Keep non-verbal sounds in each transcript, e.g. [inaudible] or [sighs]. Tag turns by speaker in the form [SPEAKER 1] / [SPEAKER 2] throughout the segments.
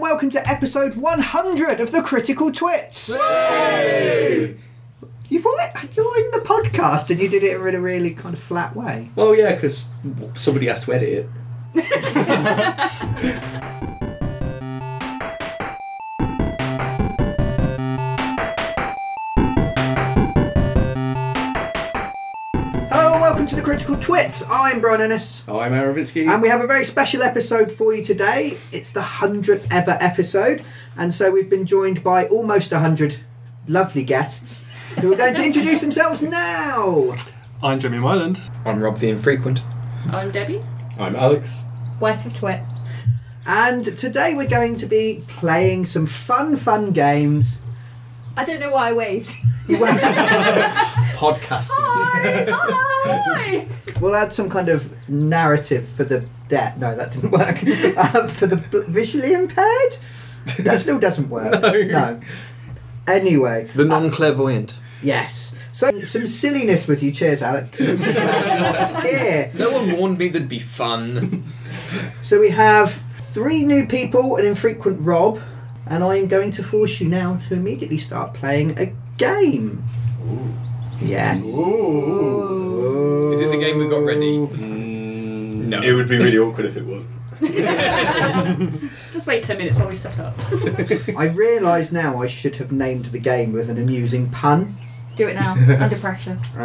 [SPEAKER 1] welcome to episode 100 of the Critical Twits. You've alre- you're in the podcast and you did it in a really kind of flat way.
[SPEAKER 2] Well, Oh, yeah, because somebody has to edit it.
[SPEAKER 1] Hello and welcome to the Critical Twits. I'm Brian Ennis.
[SPEAKER 2] I'm Aravitsky.
[SPEAKER 1] And we have a very special episode for you today. It's the 100th ever episode. And so we've been joined by almost 100 lovely guests who are going to introduce themselves now.
[SPEAKER 3] I'm Jimmy Myland.
[SPEAKER 4] I'm Rob the Infrequent.
[SPEAKER 5] I'm Debbie,
[SPEAKER 4] I'm Alex.
[SPEAKER 5] wife of Twit.
[SPEAKER 1] And today we're going to be playing some fun, fun games.
[SPEAKER 5] I don't know why I
[SPEAKER 1] [laughs]
[SPEAKER 5] waved.
[SPEAKER 4] Podcasting.
[SPEAKER 5] Hi! Hi!
[SPEAKER 1] We'll add some kind of narrative for the debt. No, that didn't work. um, for the bl- visually impaired? That still doesn't work. no. Anyway,
[SPEAKER 4] the non clairvoyant.
[SPEAKER 1] yes. So, some silliness with you. Cheers, Alex. Here.
[SPEAKER 4] [laughs] No one warned me there'd be fun.
[SPEAKER 1] So, we have three new people, an infrequent Rob, and I'm going to force you now to immediately start playing a game. [laughs] Yes.
[SPEAKER 4] Is it the game we got ready?
[SPEAKER 6] No.
[SPEAKER 4] No.
[SPEAKER 6] It would be really awkward if it was.
[SPEAKER 5] Just wait 10 minutes while we set up.
[SPEAKER 1] I realise now I should have named the game with an amusing pun.
[SPEAKER 7] [laughs] Do it now, under pressure.
[SPEAKER 1] Um,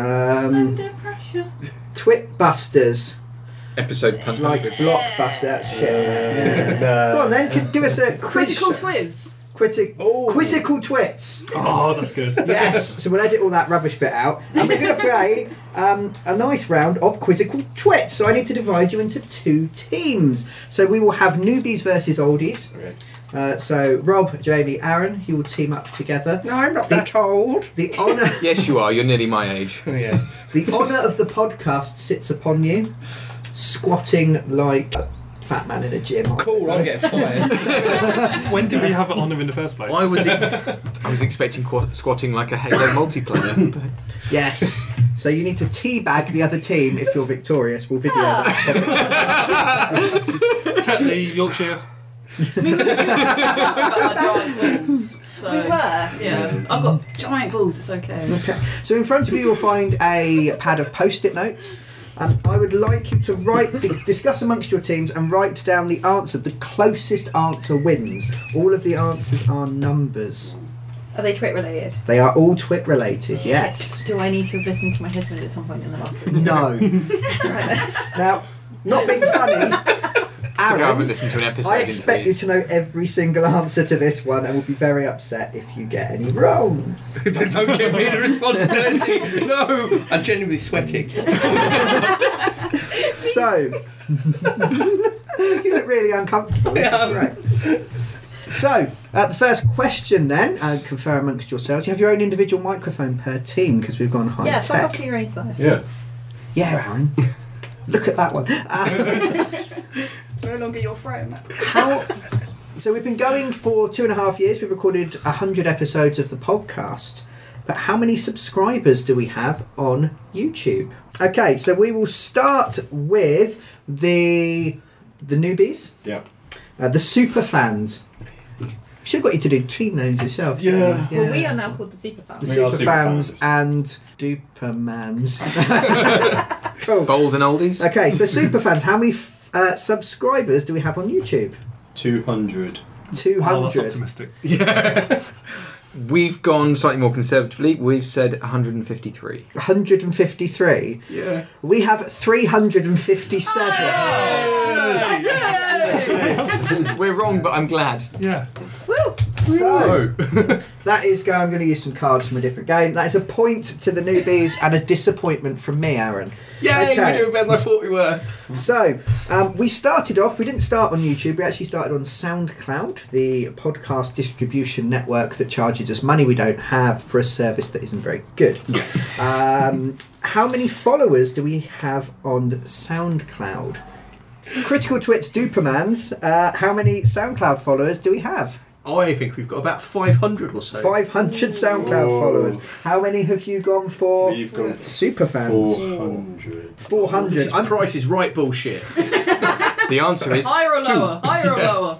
[SPEAKER 5] Under pressure.
[SPEAKER 1] Twit Busters,
[SPEAKER 4] Episode pun.
[SPEAKER 1] like Blockbuster. That's shit. Yeah. Go on then, could- give us a quiz.
[SPEAKER 5] Critical Twiz.
[SPEAKER 1] Critic-
[SPEAKER 2] Oh.
[SPEAKER 1] Quizzical twits.
[SPEAKER 3] [laughs] Oh, that's good.
[SPEAKER 1] Yes. so we'll edit all that rubbish bit out, and we're going to play um, a nice round of quizzical twits. So I need to divide you into two teams. So we will have newbies versus oldies.
[SPEAKER 6] Okay.
[SPEAKER 1] Uh, so Rob, Jamie, Aaron, you will team up together.
[SPEAKER 2] no, I'm not
[SPEAKER 1] that
[SPEAKER 2] old.
[SPEAKER 1] The honour.
[SPEAKER 4] [laughs] Yes, you are. You're nearly my age.
[SPEAKER 3] [laughs]
[SPEAKER 2] yeah.
[SPEAKER 1] The honour of the podcast sits upon you, squatting like a fat man in a gym.
[SPEAKER 4] Cool, I'll get fired.
[SPEAKER 3] [laughs] When did we have it on him in the first place?
[SPEAKER 4] I was, e- I was expecting qu- squatting like a Halo
[SPEAKER 1] [laughs]
[SPEAKER 4] multiplayer. but-
[SPEAKER 1] Yes. So you need to teabag the other team if you're victorious. We'll video that.
[SPEAKER 3] Tetley, Yorkshire.
[SPEAKER 5] [laughs] I've got giant balls. So,
[SPEAKER 7] We were.
[SPEAKER 5] Yeah, I've got giant balls, it's okay.
[SPEAKER 6] [laughs]
[SPEAKER 1] Okay. So in front of you, you'll find a pad of post-it notes. Um, I would like you to write, to discuss amongst your teams, and write down the answer. The closest answer wins. All of the answers are numbers.
[SPEAKER 7] Are they twit related?
[SPEAKER 1] They are all twit related. Yes.
[SPEAKER 7] Do I need to have listened to my husband at some point in the last week?
[SPEAKER 1] No. Now, not being funny,
[SPEAKER 4] It's like I haven't
[SPEAKER 1] Aaron,
[SPEAKER 4] listened to an episode.
[SPEAKER 1] I
[SPEAKER 4] in
[SPEAKER 1] expect you
[SPEAKER 4] years.
[SPEAKER 1] to know every single answer to this one and will be very upset if you get any wrong.
[SPEAKER 2] [laughs] Don't give me the
[SPEAKER 1] [laughs]
[SPEAKER 2] responsibility. No, I'm genuinely sweating.
[SPEAKER 1] So, [laughs] you look really uncomfortable. This is great. So, uh, the first question then, uh, confer amongst yourselves. You have your own individual microphone per team because we've gone high
[SPEAKER 7] [laughs] Yeah, fuck
[SPEAKER 1] tech.
[SPEAKER 7] off to your own side.
[SPEAKER 6] Yeah.
[SPEAKER 1] Yeah, Aaron. Look at that one. Uh,
[SPEAKER 5] It's no longer your friend.
[SPEAKER 1] how so we've been going for two and a half years we've recorded 100 episodes of the podcast but how many subscribers do we have on youtube okay so we will start with the the newbies
[SPEAKER 6] Yeah.
[SPEAKER 1] uh, the super fans should have got you to do team names yourself shouldn't
[SPEAKER 6] Yeah.
[SPEAKER 1] we?
[SPEAKER 7] Well, we are now called the
[SPEAKER 1] the Uh,
[SPEAKER 7] Superfans.
[SPEAKER 6] We are
[SPEAKER 1] super fans
[SPEAKER 6] superfans.
[SPEAKER 1] and dupermans
[SPEAKER 3] [laughs]
[SPEAKER 4] Bold and oldies?
[SPEAKER 1] okay so super fans how many f- uh, subscribers do we have on youtube
[SPEAKER 6] 200.
[SPEAKER 3] Oh, that's
[SPEAKER 1] 200 [laughs]
[SPEAKER 3] optimistic.
[SPEAKER 4] We've gone slightly more conservatively. We've said 153.
[SPEAKER 1] 153
[SPEAKER 2] Yeah.
[SPEAKER 1] We have 357.
[SPEAKER 4] We're wrong, but I'm glad.
[SPEAKER 3] Yeah.
[SPEAKER 1] So
[SPEAKER 2] Oh.
[SPEAKER 1] [laughs] that is going. I'm going to use some cards from a different game. That is a point to the newbies and a disappointment from me, Aaron.
[SPEAKER 2] Yay,
[SPEAKER 1] Okay.
[SPEAKER 2] we're doing better than I thought we were.
[SPEAKER 1] So um, we started off. We didn't start on YouTube. We actually started on SoundCloud, the podcast distribution network that charges us money we don't have for a service that isn't very good. Um, how many followers do we have on SoundCloud? Critical Twits Dupermans, uh, how many SoundCloud followers do we have?
[SPEAKER 2] I think we've got about 500 or so.
[SPEAKER 1] 500 SoundCloud
[SPEAKER 6] Whoa.
[SPEAKER 1] followers. How many have you gone for?
[SPEAKER 6] We've gone for
[SPEAKER 1] super fans.
[SPEAKER 6] 400.
[SPEAKER 1] 400.
[SPEAKER 2] This is
[SPEAKER 1] I'm
[SPEAKER 2] Price is Right bullshit.
[SPEAKER 4] The answer
[SPEAKER 6] [laughs]
[SPEAKER 4] is
[SPEAKER 5] Higher or lower? Higher or lower?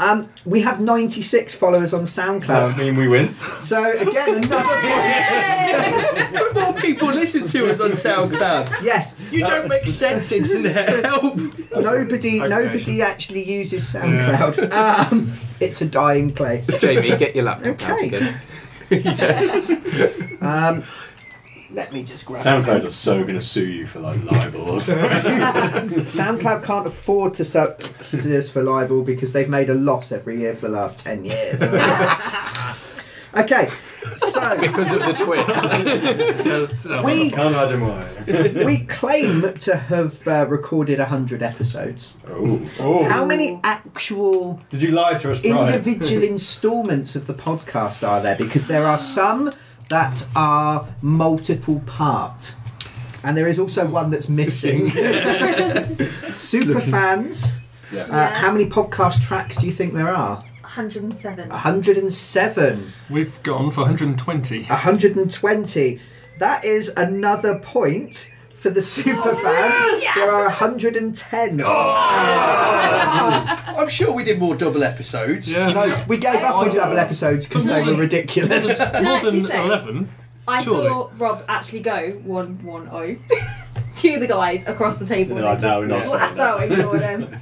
[SPEAKER 1] Um, we have 96 followers on
[SPEAKER 6] Does that
[SPEAKER 1] SoundCloud.
[SPEAKER 6] mean we win?
[SPEAKER 1] So again, another [laughs]
[SPEAKER 2] But
[SPEAKER 1] point.
[SPEAKER 2] more people listen to us on SoundCloud.
[SPEAKER 1] yes,
[SPEAKER 2] You don't make sense, internet. Help!
[SPEAKER 1] [laughs] nobody,
[SPEAKER 3] Okay.
[SPEAKER 1] nobody actually uses
[SPEAKER 6] [laughs]
[SPEAKER 1] SoundCloud. Um, it's a dying place.
[SPEAKER 4] Jamie, get your laptop out
[SPEAKER 1] Okay.
[SPEAKER 4] again.
[SPEAKER 1] [laughs] Um, let me just grab.
[SPEAKER 6] SoundCloud are so going to sue you for like libel
[SPEAKER 4] [laughs]
[SPEAKER 6] or something.
[SPEAKER 1] [laughs] SoundCloud can't afford to sue us for libel because they've made a loss every year for the last
[SPEAKER 6] [laughs]
[SPEAKER 1] 10 years. okay,
[SPEAKER 4] [laughs]
[SPEAKER 1] so
[SPEAKER 4] Because of the twits.
[SPEAKER 1] [laughs] we,
[SPEAKER 6] Can't imagine why.
[SPEAKER 1] we claim to have uh, recorded 100 episodes.
[SPEAKER 6] Oh. oh.
[SPEAKER 1] How many actual
[SPEAKER 6] Did you lie to us, Brian? [laughs]
[SPEAKER 1] individual installments of the podcast are there? Because there are some that are multiple part. And there is also one that's missing. Super fans.
[SPEAKER 6] yes.
[SPEAKER 1] Uh, how many podcast tracks do you think there are?
[SPEAKER 7] 107.
[SPEAKER 1] 107.
[SPEAKER 3] We've gone for 120.
[SPEAKER 1] 120. That is another point for the super fans. There are 110.
[SPEAKER 2] Oh! I'm sure we did more double episodes.
[SPEAKER 3] Yeah.
[SPEAKER 1] No, we gave up on double episodes because they were ridiculous.
[SPEAKER 7] Can I
[SPEAKER 3] More
[SPEAKER 7] actually
[SPEAKER 3] than
[SPEAKER 7] say,
[SPEAKER 3] 11.
[SPEAKER 7] I saw
[SPEAKER 3] surely.
[SPEAKER 7] Rob actually go 110 [laughs] to the guys across the table.
[SPEAKER 6] No,
[SPEAKER 7] and they
[SPEAKER 6] no, we're not
[SPEAKER 7] just
[SPEAKER 6] saying
[SPEAKER 7] flat out ignore
[SPEAKER 6] [laughs]
[SPEAKER 7] them.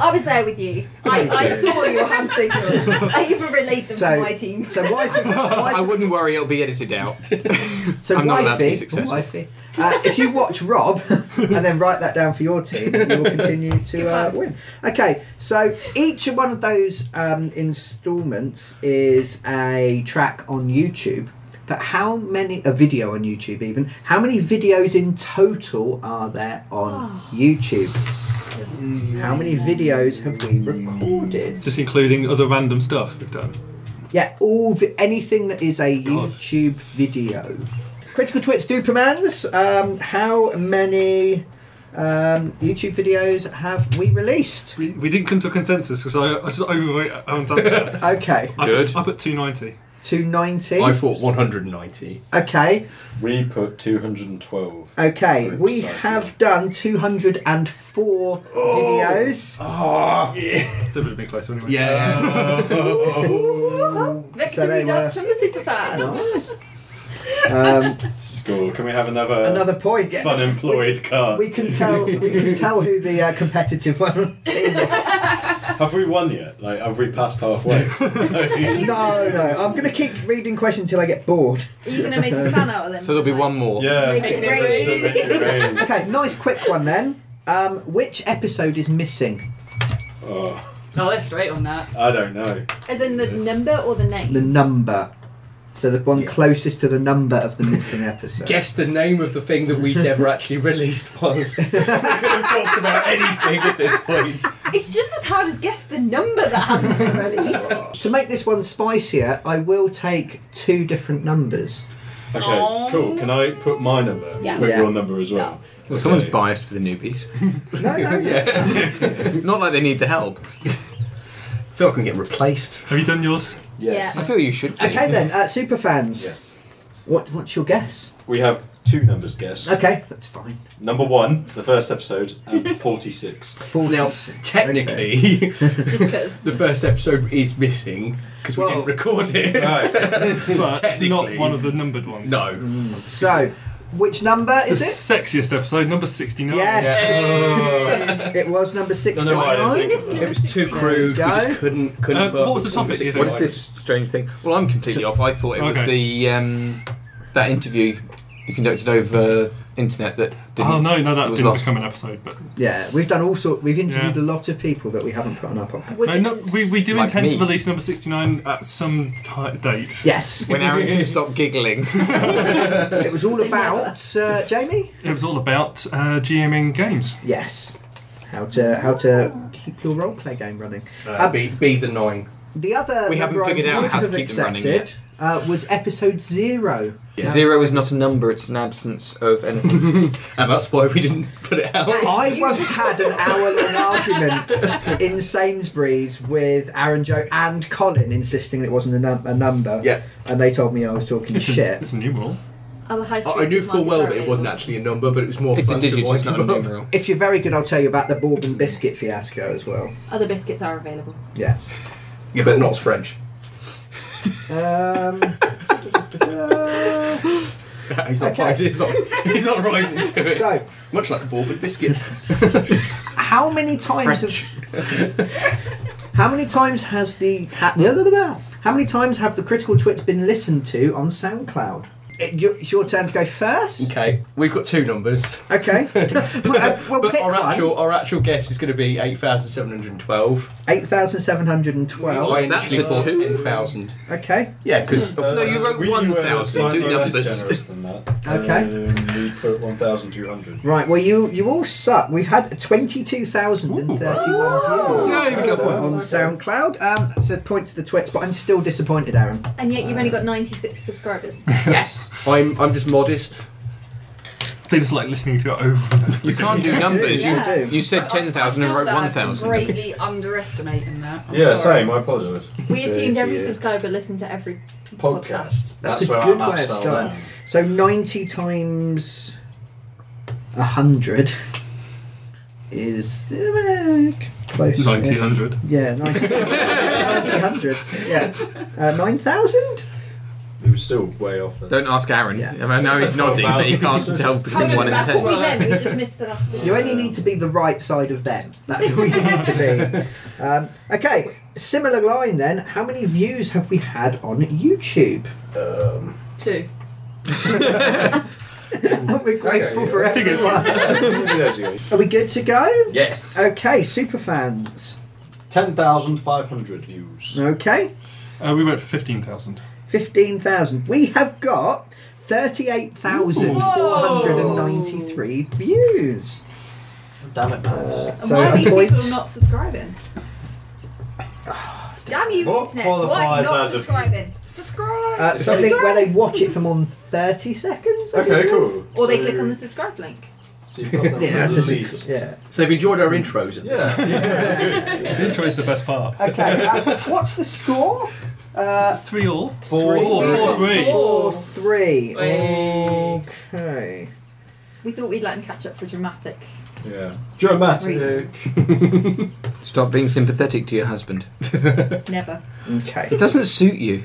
[SPEAKER 7] I was there with you. I, I saw your hand signal.
[SPEAKER 6] [laughs]
[SPEAKER 7] I even relayed them
[SPEAKER 1] So-
[SPEAKER 7] to my team. [laughs]
[SPEAKER 4] [laughs]
[SPEAKER 1] So wifey,
[SPEAKER 4] I
[SPEAKER 1] wifey,
[SPEAKER 4] wouldn't worry, it'll be edited out.
[SPEAKER 1] [laughs] so
[SPEAKER 4] I'm not allowed to be
[SPEAKER 1] wifey,
[SPEAKER 4] successful.
[SPEAKER 1] wifey uh, if you watch Rob [laughs] and then write that down for your team, you will continue to uh, win. Okay, so each one of those um, installments is a track on YouTube. But how many a video on YouTube even? How many videos in total are there on YouTube? How many videos have we recorded?
[SPEAKER 3] Is this including other random stuff we've done?
[SPEAKER 1] Yeah, all vi- anything that is a
[SPEAKER 3] God.
[SPEAKER 1] YouTube video. Critical Twits Dupermans, um, how many um, YouTube videos have we
[SPEAKER 2] [laughs]
[SPEAKER 1] released?
[SPEAKER 3] We, we didn't come to a consensus because I, I just overweight Alan's answer.
[SPEAKER 1] [laughs] Okay,
[SPEAKER 3] I-
[SPEAKER 2] Good.
[SPEAKER 3] I put 290.
[SPEAKER 1] 290.
[SPEAKER 2] I thought 190.
[SPEAKER 1] Okay,
[SPEAKER 6] We put 212.
[SPEAKER 1] okay,
[SPEAKER 2] Oh,
[SPEAKER 6] Very
[SPEAKER 1] we
[SPEAKER 6] precise, yeah.
[SPEAKER 1] have done 204 videos.
[SPEAKER 7] Oh. [laughs]
[SPEAKER 4] Ah.
[SPEAKER 3] That would have been closer anyway.
[SPEAKER 2] Yeah.
[SPEAKER 6] [laughs]
[SPEAKER 7] Victor,
[SPEAKER 1] so they
[SPEAKER 7] we danced
[SPEAKER 1] were-
[SPEAKER 7] from the super fan.
[SPEAKER 1] Um,
[SPEAKER 6] Score. Can we have another,
[SPEAKER 1] another point.
[SPEAKER 6] fun employed card?
[SPEAKER 1] We can tell. We can tell who the uh, competitive one.
[SPEAKER 6] [laughs] have we won yet? Like, have we passed halfway? [laughs]
[SPEAKER 1] [laughs] No, no. I'm going to keep reading questions until I get bored.
[SPEAKER 7] Are you going to make a fan out of them?
[SPEAKER 4] So there'll be one more.
[SPEAKER 6] Yeah.
[SPEAKER 7] Make it
[SPEAKER 6] Just to
[SPEAKER 7] rain.
[SPEAKER 6] make it rain.
[SPEAKER 1] [laughs] Okay, nice quick one then. Um, which episode is missing?
[SPEAKER 6] Oh,
[SPEAKER 5] No, they're straight on that.
[SPEAKER 6] I don't know.
[SPEAKER 7] As in the number or the name?
[SPEAKER 1] The number. So the one
[SPEAKER 2] Yeah.
[SPEAKER 1] closest to the number of the missing episode.
[SPEAKER 2] Guess the name of the thing that we never actually released was. we could have talked about anything at this point.
[SPEAKER 7] It's just as hard as guess the number that hasn't
[SPEAKER 6] [laughs]
[SPEAKER 7] been released.
[SPEAKER 1] To make this one spicier, I will take two different numbers.
[SPEAKER 6] Okay,
[SPEAKER 5] Oh.
[SPEAKER 6] cool. Can I put my number?
[SPEAKER 7] Yeah.
[SPEAKER 6] Put
[SPEAKER 1] Yeah.
[SPEAKER 6] your number as well.
[SPEAKER 4] Well, someone's
[SPEAKER 6] Okay.
[SPEAKER 4] biased for the newbies.
[SPEAKER 1] [laughs]
[SPEAKER 4] [laughs]
[SPEAKER 1] No, no.
[SPEAKER 4] Not like they need the help.
[SPEAKER 2] feel I
[SPEAKER 4] [laughs]
[SPEAKER 2] can get replaced.
[SPEAKER 3] Have you done yours?
[SPEAKER 4] I
[SPEAKER 7] Yeah.
[SPEAKER 4] feel you should. Be.
[SPEAKER 1] Okay then, uh, superfans.
[SPEAKER 6] Yes.
[SPEAKER 1] What, what's your guess?
[SPEAKER 6] We have two numbers guessed.
[SPEAKER 1] Okay, that's fine.
[SPEAKER 6] Number one, the first episode,
[SPEAKER 1] [laughs]
[SPEAKER 6] and 46.
[SPEAKER 2] Now,
[SPEAKER 1] 46. Okay. [laughs]
[SPEAKER 2] technically,
[SPEAKER 7] Just because.
[SPEAKER 2] the first episode is missing because we
[SPEAKER 1] Well-
[SPEAKER 2] didn't record it. [laughs]
[SPEAKER 6] Right.
[SPEAKER 3] But it's
[SPEAKER 2] Technically.
[SPEAKER 3] not one of the numbered ones.
[SPEAKER 2] No.
[SPEAKER 1] [laughs] So, which number
[SPEAKER 3] The
[SPEAKER 1] is it?
[SPEAKER 3] sexiest episode, number 69.
[SPEAKER 1] Yes,
[SPEAKER 6] Oh.
[SPEAKER 1] [laughs] it was number
[SPEAKER 6] Don't know why I didn't think
[SPEAKER 1] 69.
[SPEAKER 6] of that.
[SPEAKER 2] It was too crude. We
[SPEAKER 1] There you
[SPEAKER 2] just
[SPEAKER 1] go.
[SPEAKER 2] couldn't. couldn't
[SPEAKER 3] Uh,
[SPEAKER 2] work
[SPEAKER 3] what was the
[SPEAKER 2] with number
[SPEAKER 3] topic?
[SPEAKER 2] six
[SPEAKER 4] What is
[SPEAKER 2] nine.
[SPEAKER 4] this strange thing? Well, I'm completely off. I thought it was
[SPEAKER 3] Okay.
[SPEAKER 4] the um, that interview you conducted over internet that didn't.
[SPEAKER 3] Oh no, no,
[SPEAKER 4] it
[SPEAKER 3] that
[SPEAKER 4] was
[SPEAKER 3] didn't
[SPEAKER 4] lost.
[SPEAKER 3] become an episode. But
[SPEAKER 1] Yeah, we've done all sort. We've interviewed
[SPEAKER 3] Yeah.
[SPEAKER 1] a lot of people that we haven't put on our podcast.
[SPEAKER 7] Was
[SPEAKER 3] [laughs] no,
[SPEAKER 7] it-
[SPEAKER 3] no, we, we do
[SPEAKER 4] Like
[SPEAKER 3] intend to
[SPEAKER 4] me.
[SPEAKER 3] release number 69 at some ti date.
[SPEAKER 1] Yes,
[SPEAKER 4] When Aaron can stop giggling.
[SPEAKER 1] [laughs] it was all
[SPEAKER 7] Same
[SPEAKER 1] about uh, Jamie.
[SPEAKER 3] [laughs] It was all about uh, GMing games.
[SPEAKER 1] Yes. How to how to keep your roleplay game running. Um,
[SPEAKER 2] Uh, be, be the nine.
[SPEAKER 1] The other
[SPEAKER 4] We haven't
[SPEAKER 1] number I
[SPEAKER 4] figured out
[SPEAKER 1] would
[SPEAKER 4] how to
[SPEAKER 1] have
[SPEAKER 4] keep them running
[SPEAKER 1] accepted, Uh, was episode zero.
[SPEAKER 2] Yeah.
[SPEAKER 4] Zero is not a number; it's an absence of anything.
[SPEAKER 1] [laughs]
[SPEAKER 2] And that's why we didn't put it out.
[SPEAKER 1] I once had an hour-long argument in Sainsbury's with Aaron Joe and Colin insisting it wasn't a, num- a number.
[SPEAKER 2] Yeah.
[SPEAKER 1] And they told me I was talking
[SPEAKER 3] It's, A,
[SPEAKER 1] shit.
[SPEAKER 3] it's a new rule.
[SPEAKER 7] Other high
[SPEAKER 2] I I
[SPEAKER 7] streets
[SPEAKER 2] knew
[SPEAKER 7] of
[SPEAKER 2] full well that it
[SPEAKER 7] Marlborough.
[SPEAKER 2] wasn't actually a number, but it was more
[SPEAKER 4] it's a
[SPEAKER 2] fun to
[SPEAKER 4] digit; it's
[SPEAKER 2] wind
[SPEAKER 4] not a
[SPEAKER 2] them up. [laughs]
[SPEAKER 4] numeral. [laughs]
[SPEAKER 1] If you're very good, I'll tell you about the Bourbon Biscuit fiasco as well.
[SPEAKER 7] Other biscuits are available.
[SPEAKER 1] Yes.
[SPEAKER 2] Yeah, but not French.
[SPEAKER 1] Um, Uh,
[SPEAKER 2] [laughs] He's not,
[SPEAKER 1] Okay.
[SPEAKER 2] okay. he's not, he's not rising to it.
[SPEAKER 1] so,
[SPEAKER 2] Much like a Borbid [laughs] biscuit.
[SPEAKER 1] how many times have, [laughs] how many times has the ha, blah, blah, blah, blah. how many times have the critical twits been listened to on SoundCloud? It, you, it's your turn to go first.
[SPEAKER 2] Okay, we've got two numbers.
[SPEAKER 1] [laughs] Okay. well, uh, well,
[SPEAKER 2] but
[SPEAKER 1] pick
[SPEAKER 2] our actual,
[SPEAKER 1] one.
[SPEAKER 2] our actual guess is going to be 8,712.
[SPEAKER 1] Eight thousand seven hundred and twelve.
[SPEAKER 2] I
[SPEAKER 4] that's
[SPEAKER 2] initially
[SPEAKER 4] a
[SPEAKER 2] thought
[SPEAKER 4] two.
[SPEAKER 2] 10,000.
[SPEAKER 1] Okay.
[SPEAKER 2] Yeah, because.
[SPEAKER 4] No, you wrote
[SPEAKER 6] we- you were
[SPEAKER 4] 1,000,
[SPEAKER 6] slightly
[SPEAKER 4] do
[SPEAKER 6] less
[SPEAKER 4] [laughs] numbers.
[SPEAKER 6] generous than that.
[SPEAKER 1] Okay.
[SPEAKER 6] Um, we put 1,200.
[SPEAKER 1] Right. Well, you you all suck. We've had twenty two thousand and thirty one views.
[SPEAKER 3] Yeah, you got a point.
[SPEAKER 1] on SoundCloud. Um, that's a point to the twits, but I'm still disappointed, Aaron.
[SPEAKER 7] And yet you've only
[SPEAKER 6] uh,
[SPEAKER 7] got 96 subscribers.
[SPEAKER 1] yes.
[SPEAKER 2] I'm, I'm just modest.
[SPEAKER 3] They just like listening to it over and over.
[SPEAKER 4] You can't do numbers.
[SPEAKER 1] do,
[SPEAKER 4] You,
[SPEAKER 1] yeah.
[SPEAKER 4] you said 10,000 and wrote 1,000.
[SPEAKER 5] Greatly underestimating that. I'm
[SPEAKER 6] yeah,
[SPEAKER 5] sorry.
[SPEAKER 6] same. I apologise.
[SPEAKER 7] We assumed every
[SPEAKER 6] Yeah.
[SPEAKER 7] subscriber listened to every podcast.
[SPEAKER 6] podcast.
[SPEAKER 1] That's
[SPEAKER 6] That's,
[SPEAKER 1] a
[SPEAKER 6] where
[SPEAKER 1] good
[SPEAKER 6] our
[SPEAKER 1] way of
[SPEAKER 6] maths fell
[SPEAKER 1] starting.
[SPEAKER 6] down.
[SPEAKER 1] So 90 times 100 is uh, close.
[SPEAKER 3] 1900.
[SPEAKER 1] Yeah, 90 1900. Yeah. Uh, 9,000?
[SPEAKER 6] It was still way off. Then.
[SPEAKER 4] Don't ask Aaron.
[SPEAKER 1] Yeah.
[SPEAKER 4] I know he's
[SPEAKER 6] That's
[SPEAKER 4] nodding, but he can't
[SPEAKER 6] 12,000.
[SPEAKER 4] tell
[SPEAKER 5] How
[SPEAKER 4] between
[SPEAKER 5] does
[SPEAKER 4] 1 and
[SPEAKER 5] maths
[SPEAKER 7] That's
[SPEAKER 4] 10.
[SPEAKER 7] what we
[SPEAKER 5] Ten.
[SPEAKER 7] meant. We just missed the last one.
[SPEAKER 1] You only need to be the right side of them. That's all you need to be. Um, okay, similar line then. How many views have we had on YouTube? Uh,
[SPEAKER 6] [laughs]
[SPEAKER 5] Two.
[SPEAKER 1] We're grateful
[SPEAKER 6] Okay,
[SPEAKER 1] for everyone. Are we good to go?
[SPEAKER 2] Yes.
[SPEAKER 1] Okay, super fans.
[SPEAKER 6] 10,500 views.
[SPEAKER 1] Okay,
[SPEAKER 3] Uh, we went for 15,000.
[SPEAKER 1] 15,000. We have got 38,493 views.
[SPEAKER 2] Damn it,
[SPEAKER 1] Uh,
[SPEAKER 7] And
[SPEAKER 1] so
[SPEAKER 7] why are
[SPEAKER 1] a
[SPEAKER 7] these
[SPEAKER 1] point.
[SPEAKER 7] people not subscribing?
[SPEAKER 6] [sighs]
[SPEAKER 7] Damn you,
[SPEAKER 6] What
[SPEAKER 7] internet. Why
[SPEAKER 6] qualifies
[SPEAKER 7] not
[SPEAKER 6] as a-
[SPEAKER 7] subscribing?
[SPEAKER 5] Subscribe.
[SPEAKER 1] Uh, something where they watch it for more than 30 seconds. I
[SPEAKER 6] Okay,
[SPEAKER 1] don't know.
[SPEAKER 6] cool.
[SPEAKER 7] Or they click on the subscribe link.
[SPEAKER 6] So you've got them
[SPEAKER 1] Yeah, that's
[SPEAKER 6] at
[SPEAKER 1] just
[SPEAKER 6] least.
[SPEAKER 1] yeah.
[SPEAKER 2] So they've enjoyed our intros.
[SPEAKER 6] Yeah,
[SPEAKER 1] [laughs]
[SPEAKER 6] yeah,
[SPEAKER 3] The intro is the best part.
[SPEAKER 1] Okay, uh, what's the score? Uh,
[SPEAKER 3] Three all.
[SPEAKER 1] Four.
[SPEAKER 3] Four, four, three.
[SPEAKER 1] four
[SPEAKER 5] Four.
[SPEAKER 1] three.
[SPEAKER 5] Hey.
[SPEAKER 1] Okay.
[SPEAKER 7] We thought we'd let them catch up for dramatic
[SPEAKER 6] good. yeah. Dramatic.
[SPEAKER 7] reasons.
[SPEAKER 4] [laughs] Stop being sympathetic to your husband.
[SPEAKER 7] Never.
[SPEAKER 1] Okay.
[SPEAKER 4] It doesn't suit you.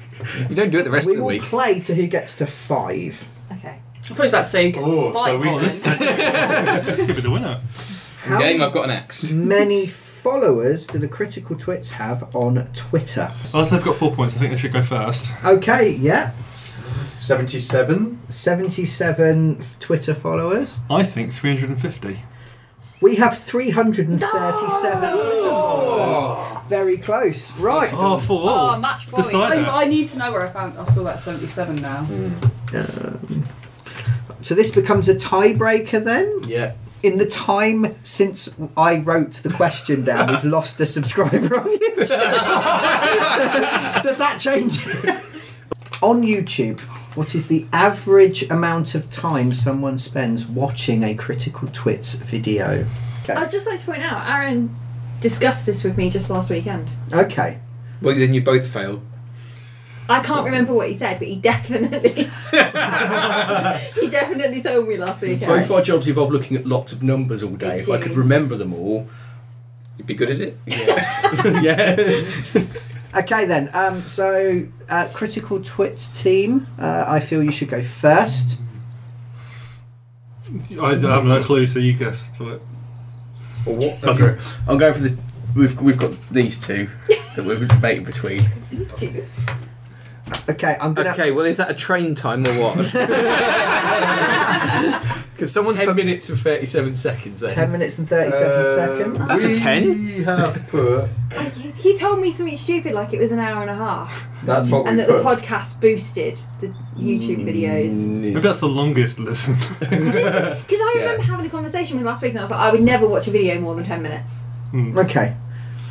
[SPEAKER 4] You don't do it the rest
[SPEAKER 1] We
[SPEAKER 4] of the
[SPEAKER 1] will
[SPEAKER 4] week.
[SPEAKER 1] play to who gets to five.
[SPEAKER 7] Okay.
[SPEAKER 5] I thought you were about to say you get to
[SPEAKER 6] Oh, so
[SPEAKER 5] fight
[SPEAKER 6] we-
[SPEAKER 3] Oh,
[SPEAKER 5] then.
[SPEAKER 3] let's,
[SPEAKER 5] [laughs]
[SPEAKER 3] let's give it the winner.
[SPEAKER 1] How
[SPEAKER 4] Game, I've got an axe.
[SPEAKER 1] many followers do the critical twits have on Twitter?
[SPEAKER 3] Unless they've got four points, I think they should go first.
[SPEAKER 1] Okay, yeah.
[SPEAKER 6] 77.
[SPEAKER 1] 77 Twitter followers.
[SPEAKER 3] I think 350.
[SPEAKER 1] We have 337 Twitter followers. Very close. Right.
[SPEAKER 3] Oh, four all.
[SPEAKER 5] Oh, match point.
[SPEAKER 3] Decide that.
[SPEAKER 8] Oh,
[SPEAKER 5] I, I need to know where I found. I saw that seventy-seven now.
[SPEAKER 6] Hmm.
[SPEAKER 1] Um, So this becomes a tiebreaker then? [laughs]
[SPEAKER 2] Yeah.
[SPEAKER 1] In the time since I wrote the question down, we've lost a subscriber on YouTube. [laughs] Does that change? on YouTube, what is the average amount of time someone spends watching a critical twits video?
[SPEAKER 7] I'd just like to point out, Aaron discussed this with me just last weekend.
[SPEAKER 1] Okay.
[SPEAKER 4] Well, then you both fail.
[SPEAKER 7] I can't remember what he said, but he
[SPEAKER 6] [laughs]
[SPEAKER 7] definitely [laughs] he definitely told me last weekend.
[SPEAKER 2] Both our jobs involve looking at lots of numbers all day. If I could
[SPEAKER 7] Indeed.
[SPEAKER 2] remember them all,
[SPEAKER 4] You'd be good at it.
[SPEAKER 2] yeah. [laughs] yeah.
[SPEAKER 1] Okay then. Um, so uh, critical twits team, uh, I feel you should go first.
[SPEAKER 3] I have no clue, so you guess. for it.
[SPEAKER 2] Or what? Okay. I'm going for the. We've, we've got these two that we're debating between.
[SPEAKER 7] These
[SPEAKER 6] [laughs]
[SPEAKER 7] two.
[SPEAKER 1] Okay, I'm gonna.
[SPEAKER 4] Okay, well, is that a train time or
[SPEAKER 1] [laughs]
[SPEAKER 4] what? Because someone's.
[SPEAKER 2] 10 minutes and 37 seconds then.
[SPEAKER 1] Ten minutes and thirty-seven
[SPEAKER 2] Um,
[SPEAKER 6] Uh,
[SPEAKER 1] seconds.
[SPEAKER 4] That's a
[SPEAKER 6] we
[SPEAKER 4] 10.
[SPEAKER 6] have
[SPEAKER 1] [laughs]
[SPEAKER 6] put.
[SPEAKER 7] I- He told me something stupid, like it was an hour and a half,
[SPEAKER 6] That's what
[SPEAKER 7] and
[SPEAKER 6] we
[SPEAKER 7] that the
[SPEAKER 6] put.
[SPEAKER 7] podcast boosted the YouTube videos.
[SPEAKER 2] Mm,
[SPEAKER 3] Maybe
[SPEAKER 2] is-
[SPEAKER 3] that's the longest listen. [laughs]
[SPEAKER 7] Because I
[SPEAKER 2] Yeah.
[SPEAKER 7] remember having a conversation with him last week, and I was like, I would never watch a video more than ten minutes.
[SPEAKER 1] Okay.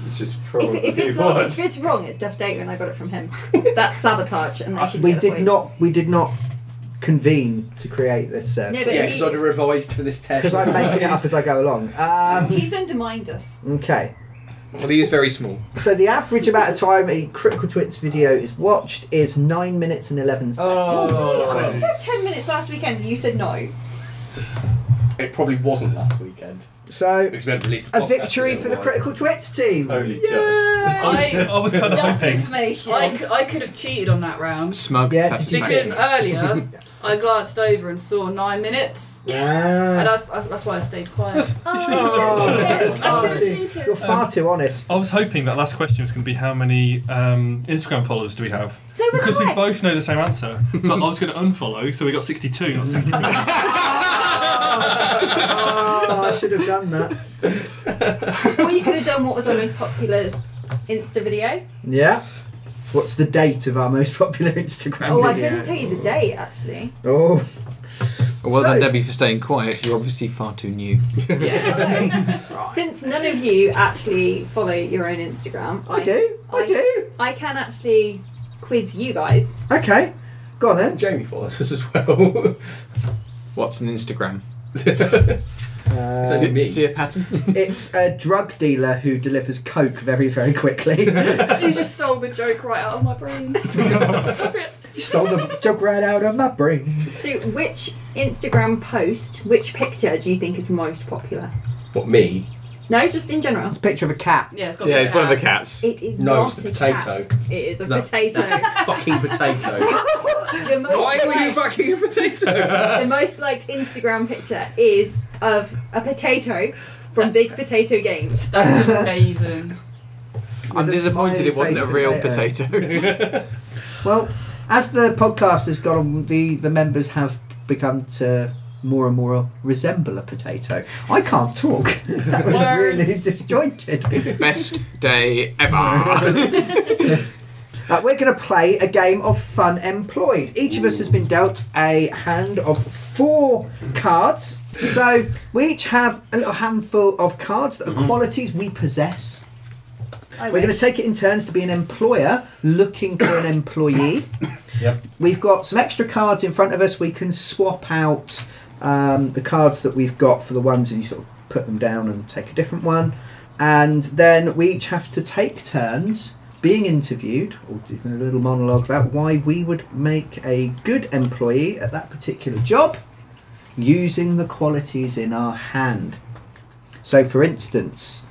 [SPEAKER 6] Which is
[SPEAKER 7] If,
[SPEAKER 6] probably
[SPEAKER 7] if
[SPEAKER 2] [laughs]
[SPEAKER 7] it's
[SPEAKER 6] what.
[SPEAKER 7] not, if it's wrong, it's Duff Data, and I got it from
[SPEAKER 6] [laughs]
[SPEAKER 7] him. That's sabotage, and they should
[SPEAKER 1] We
[SPEAKER 7] get
[SPEAKER 1] did
[SPEAKER 7] points.
[SPEAKER 1] not. We did not convene to create this uh
[SPEAKER 7] No, but
[SPEAKER 2] yeah,
[SPEAKER 7] he-
[SPEAKER 2] because I'd have revised for this test.
[SPEAKER 1] because I'm making it up as I go along. Um,
[SPEAKER 7] He's undermined us.
[SPEAKER 1] okay.
[SPEAKER 4] Well, he is very small.
[SPEAKER 1] So the average amount of time a critical twits video is watched is nine minutes and eleven seconds.
[SPEAKER 7] I
[SPEAKER 6] Oh.
[SPEAKER 7] said 10 minutes last weekend and you said no.
[SPEAKER 2] It probably wasn't last weekend.
[SPEAKER 1] So,
[SPEAKER 2] Because we haven't released
[SPEAKER 1] a victory for the Critical Twits team.
[SPEAKER 6] Only just.
[SPEAKER 5] I,
[SPEAKER 3] I was kind of
[SPEAKER 7] Dark
[SPEAKER 3] hoping.
[SPEAKER 7] information.
[SPEAKER 5] I, c- I could have cheated on that round
[SPEAKER 4] Smug
[SPEAKER 1] Yeah, did you-
[SPEAKER 5] because
[SPEAKER 4] satisfaction.
[SPEAKER 5] earlier
[SPEAKER 1] [laughs]
[SPEAKER 5] I glanced over and saw nine minutes, and
[SPEAKER 1] Yeah.
[SPEAKER 5] that's, that's that's why I stayed quiet.
[SPEAKER 3] Yes.
[SPEAKER 7] Oh, shit. I should have cheated.
[SPEAKER 1] You're
[SPEAKER 3] Um,
[SPEAKER 1] far too honest.
[SPEAKER 3] I was hoping that last question was going to be how many um, Instagram followers do we have?
[SPEAKER 7] So was
[SPEAKER 3] Because we
[SPEAKER 7] I.
[SPEAKER 3] both know the same answer. But I was going to unfollow, so we got 62, not 63.
[SPEAKER 4] [laughs]
[SPEAKER 1] Oh, I should have done that.
[SPEAKER 7] Or you could have done what was our most popular Insta video.
[SPEAKER 1] Yeah. What's the date of our most popular Instagram
[SPEAKER 7] Oh, I
[SPEAKER 1] video?
[SPEAKER 7] couldn't tell you the date actually.
[SPEAKER 1] Oh,
[SPEAKER 4] Well done,
[SPEAKER 1] So-
[SPEAKER 4] Debbie, for staying quiet. You're obviously far too new.
[SPEAKER 1] [laughs]
[SPEAKER 7] Since none of you actually follow your own Instagram,
[SPEAKER 1] I do. I do.
[SPEAKER 7] I can actually quiz you guys.
[SPEAKER 1] Okay. Go on then.
[SPEAKER 2] Jamie follows us as well. [laughs]
[SPEAKER 4] What's an Instagram?
[SPEAKER 1] Uh,
[SPEAKER 2] it me?
[SPEAKER 4] See a pattern?
[SPEAKER 1] [laughs] it's a drug dealer who delivers coke very, very quickly. [laughs]
[SPEAKER 5] [laughs] you just stole the joke right out of my brain. Stop it.
[SPEAKER 1] You Stole the joke right out of my brain.
[SPEAKER 7] So, which Instagram post, which picture do you think is most popular?
[SPEAKER 2] what, me?
[SPEAKER 7] No, just in general.
[SPEAKER 1] It's a picture of a cat.
[SPEAKER 5] Yeah, it's got.
[SPEAKER 4] yeah, it's one of the cats.
[SPEAKER 7] It is
[SPEAKER 2] No,
[SPEAKER 7] not
[SPEAKER 2] it's the
[SPEAKER 7] a
[SPEAKER 2] potato.
[SPEAKER 7] cat. It is a
[SPEAKER 2] No.
[SPEAKER 7] potato.
[SPEAKER 2] [laughs] Fucking potato.
[SPEAKER 7] [laughs] the, most liked,
[SPEAKER 2] fucking a potato?
[SPEAKER 7] [laughs] the most liked Instagram picture is of a potato from Big Potato Games. [laughs]
[SPEAKER 5] That's amazing.
[SPEAKER 4] I'm
[SPEAKER 1] With a
[SPEAKER 4] disappointed it
[SPEAKER 1] smiley
[SPEAKER 4] wasn't
[SPEAKER 1] face
[SPEAKER 4] a real
[SPEAKER 1] potato.
[SPEAKER 4] potato.
[SPEAKER 1] [laughs] Well, as the podcast has gone on, the, the members have begun to more and more resemble a potato. I can't talk. That was really
[SPEAKER 5] Words.
[SPEAKER 1] disjointed.
[SPEAKER 4] Best day ever.
[SPEAKER 1] [laughs] Uh, we're going to play a game of fun employed. Each of us has been dealt a hand of four cards. So we each have a little handful of cards that are qualities we possess.
[SPEAKER 7] I
[SPEAKER 1] We're going
[SPEAKER 7] wish.
[SPEAKER 1] to take it in turns to be an employer looking for an employee.
[SPEAKER 6] Yep.
[SPEAKER 1] We've got some extra cards in front of us. We can swap out um, the cards that we've got for the ones, and you sort of put them down and take a different one. And then we each have to take turns being interviewed or doing a little monologue about why we would make a good employee at that particular job using the qualities in our hand. So, for instance,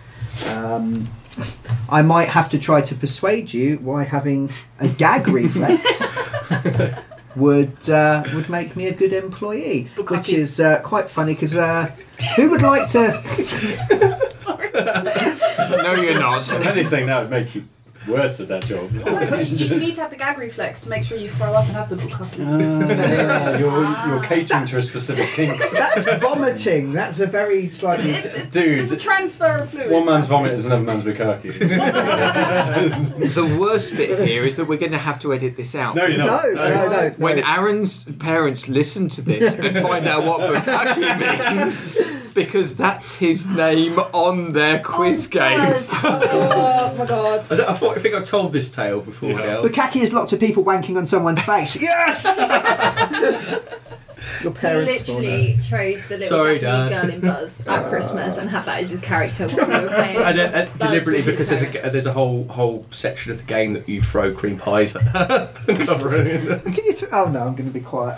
[SPEAKER 1] um, [laughs] I might have to try to persuade you why having a gag reflex would uh, would make me a good employee, which is uh, quite funny because uh, who would like to?
[SPEAKER 5] Sorry.
[SPEAKER 4] [laughs] no, you're not.
[SPEAKER 6] If anything, that would make you worse at that job.
[SPEAKER 3] [laughs]
[SPEAKER 5] you, you need to have the gag reflex to make sure you throw up and have the book up.
[SPEAKER 3] Uh,
[SPEAKER 6] [laughs] you're, you're catering to a specific thing.
[SPEAKER 1] That's vomiting. That's a very slightly.
[SPEAKER 5] There's a
[SPEAKER 6] [laughs] Dude,
[SPEAKER 5] transfer of fluids.
[SPEAKER 6] one man's vomit is another man's
[SPEAKER 1] [laughs]
[SPEAKER 6] bukkake.
[SPEAKER 4] The worst bit here is that we're going to have to edit this out.
[SPEAKER 6] No, you're
[SPEAKER 1] No,
[SPEAKER 6] not.
[SPEAKER 1] no, no. no.
[SPEAKER 4] When Aaron's parents listen to this and find out what Bukaki [laughs] means, because that's his name on their quiz
[SPEAKER 7] Oh,
[SPEAKER 4] game.
[SPEAKER 7] yes. Oh my god.
[SPEAKER 2] [laughs] I, don't, I thought I think I've told this tale before now.
[SPEAKER 1] Bukkake is lots of people wanking on someone's face. Yes. Your parents. will know.
[SPEAKER 7] literally chose the little
[SPEAKER 2] Sorry,
[SPEAKER 7] Japanese
[SPEAKER 2] Dad.
[SPEAKER 7] girl in
[SPEAKER 2] [laughs]
[SPEAKER 7] Buzz at Christmas and had that as his character when we were playing.
[SPEAKER 2] And, then- and
[SPEAKER 7] That's
[SPEAKER 2] deliberately
[SPEAKER 7] really
[SPEAKER 2] because there's a,
[SPEAKER 7] hilarious.
[SPEAKER 2] there's a whole whole section of the game that you throw cream pies at her. Cover
[SPEAKER 1] [laughs]
[SPEAKER 2] it in the-
[SPEAKER 1] Can you t- oh no, I'm going to be quiet.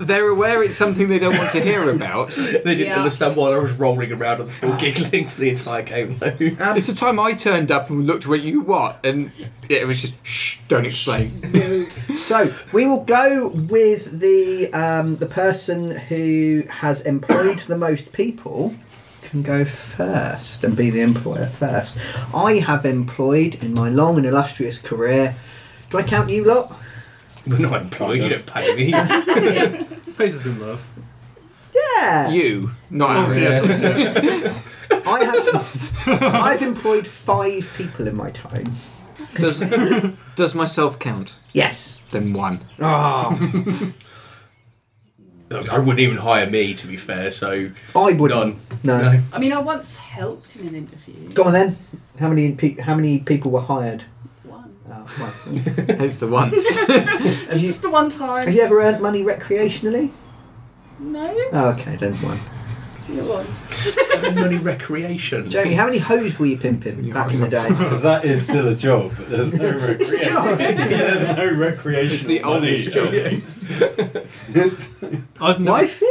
[SPEAKER 4] They're aware it's something they don't want to hear about.
[SPEAKER 2] [laughs] they didn't
[SPEAKER 7] Yeah.
[SPEAKER 2] understand why I was rolling around on the
[SPEAKER 1] Ah.
[SPEAKER 2] floor giggling for the entire game though.
[SPEAKER 1] Um,
[SPEAKER 4] It's the time I turned up and looked at you what, and it was just shh, don't explain.
[SPEAKER 1] [laughs] So we will go with the um, the person who has employed the most people can go first and be the employer first. I have employed in my long and illustrious career. Do I count you lot?
[SPEAKER 2] We're not employed, you don't pay me.
[SPEAKER 3] Faces in love.
[SPEAKER 1] [laughs] Yeah,
[SPEAKER 4] You,
[SPEAKER 2] Oh,
[SPEAKER 4] not
[SPEAKER 3] Obviously,
[SPEAKER 4] Aaron.
[SPEAKER 3] yes.
[SPEAKER 1] [laughs] I have. I've employed five people in my time. [laughs]
[SPEAKER 4] Does, does myself count?
[SPEAKER 1] Yes.
[SPEAKER 4] Then one.
[SPEAKER 1] Ah,
[SPEAKER 2] Look, I wouldn't even hire me to be fair, so
[SPEAKER 1] I wouldn't.
[SPEAKER 2] none.
[SPEAKER 1] No.
[SPEAKER 2] No.
[SPEAKER 5] I mean, I once helped in an interview.
[SPEAKER 1] Go on then. How many pe- how many people were [laughs] hired?
[SPEAKER 5] One.
[SPEAKER 1] Oh, well.
[SPEAKER 4] Hence the once.
[SPEAKER 1] have,
[SPEAKER 5] [laughs] It's
[SPEAKER 1] you,
[SPEAKER 5] [laughs] just the one
[SPEAKER 1] have
[SPEAKER 5] time.
[SPEAKER 1] you ever earned money recreationally?
[SPEAKER 5] No.
[SPEAKER 1] Oh, okay, then one.
[SPEAKER 5] You won.
[SPEAKER 2] Money recreation.
[SPEAKER 1] Jamie, how many hoes were you pimping back in the day?
[SPEAKER 6] [laughs] Because that is still a job, but there's no recreation.
[SPEAKER 1] [laughs] It's a job.
[SPEAKER 6] there's no
[SPEAKER 3] [laughs]
[SPEAKER 6] recreation.
[SPEAKER 4] It's the oldest job.
[SPEAKER 3] I've never,
[SPEAKER 1] Wifey?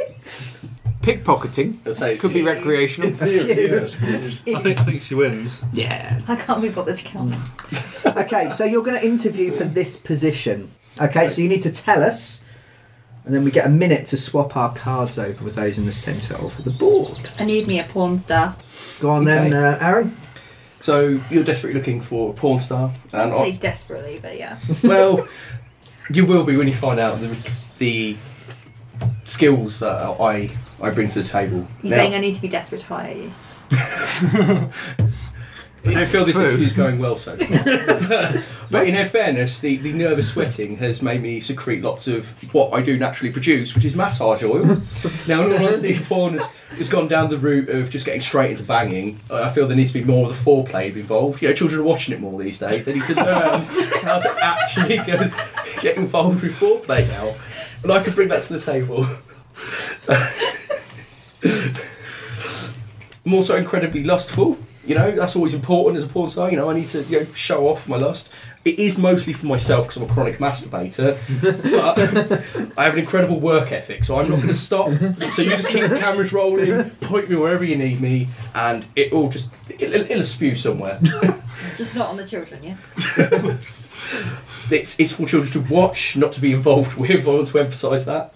[SPEAKER 4] pickpocketing
[SPEAKER 2] Let's say it's
[SPEAKER 4] could be
[SPEAKER 2] you.
[SPEAKER 4] recreational.
[SPEAKER 1] [laughs]
[SPEAKER 3] I think, I think she wins.
[SPEAKER 1] Yeah.
[SPEAKER 7] I can't believe what the count.
[SPEAKER 1] [laughs] Okay, so you're going to interview for this position. Okay, so you need to tell us, and then we get a minute to swap our cards over with those in the centre of the board.
[SPEAKER 7] I need me a porn star.
[SPEAKER 1] Go on then, uh, Aaron.
[SPEAKER 2] So you're desperately looking for a porn star, and
[SPEAKER 7] I'd say desperately, but yeah.
[SPEAKER 2] well, you will be when you find out the, the skills that I I bring to the table.
[SPEAKER 7] You're
[SPEAKER 2] Now-
[SPEAKER 7] saying I need to be desperate to hire you.
[SPEAKER 2] I don't feel this
[SPEAKER 4] True.
[SPEAKER 2] interview's going well so far. but in all fairness, the, the nervous sweating has made me secrete lots of what I do naturally produce, which is massage oil. now, in all honesty, porn has, has gone down the route of just getting straight into banging. I I feel there needs to be more of the foreplay involved. You know, children are watching it more these days. They need to learn how to actually [laughs] go, get involved with foreplay now. And I could bring that to the table. I'm also incredibly lustful. You know, that's always important as a porn star. You know, I need to you know, show off my lust. It is mostly for myself because I'm a chronic masturbator, but I have an incredible work ethic, so I'm not going to stop. So you just keep the cameras rolling, point me wherever you need me, and it all just it, it, it'll spew somewhere.
[SPEAKER 7] Just not on the children, yeah?
[SPEAKER 2] It's it's for children to watch, not to be involved [laughs] with. I want to emphasise that.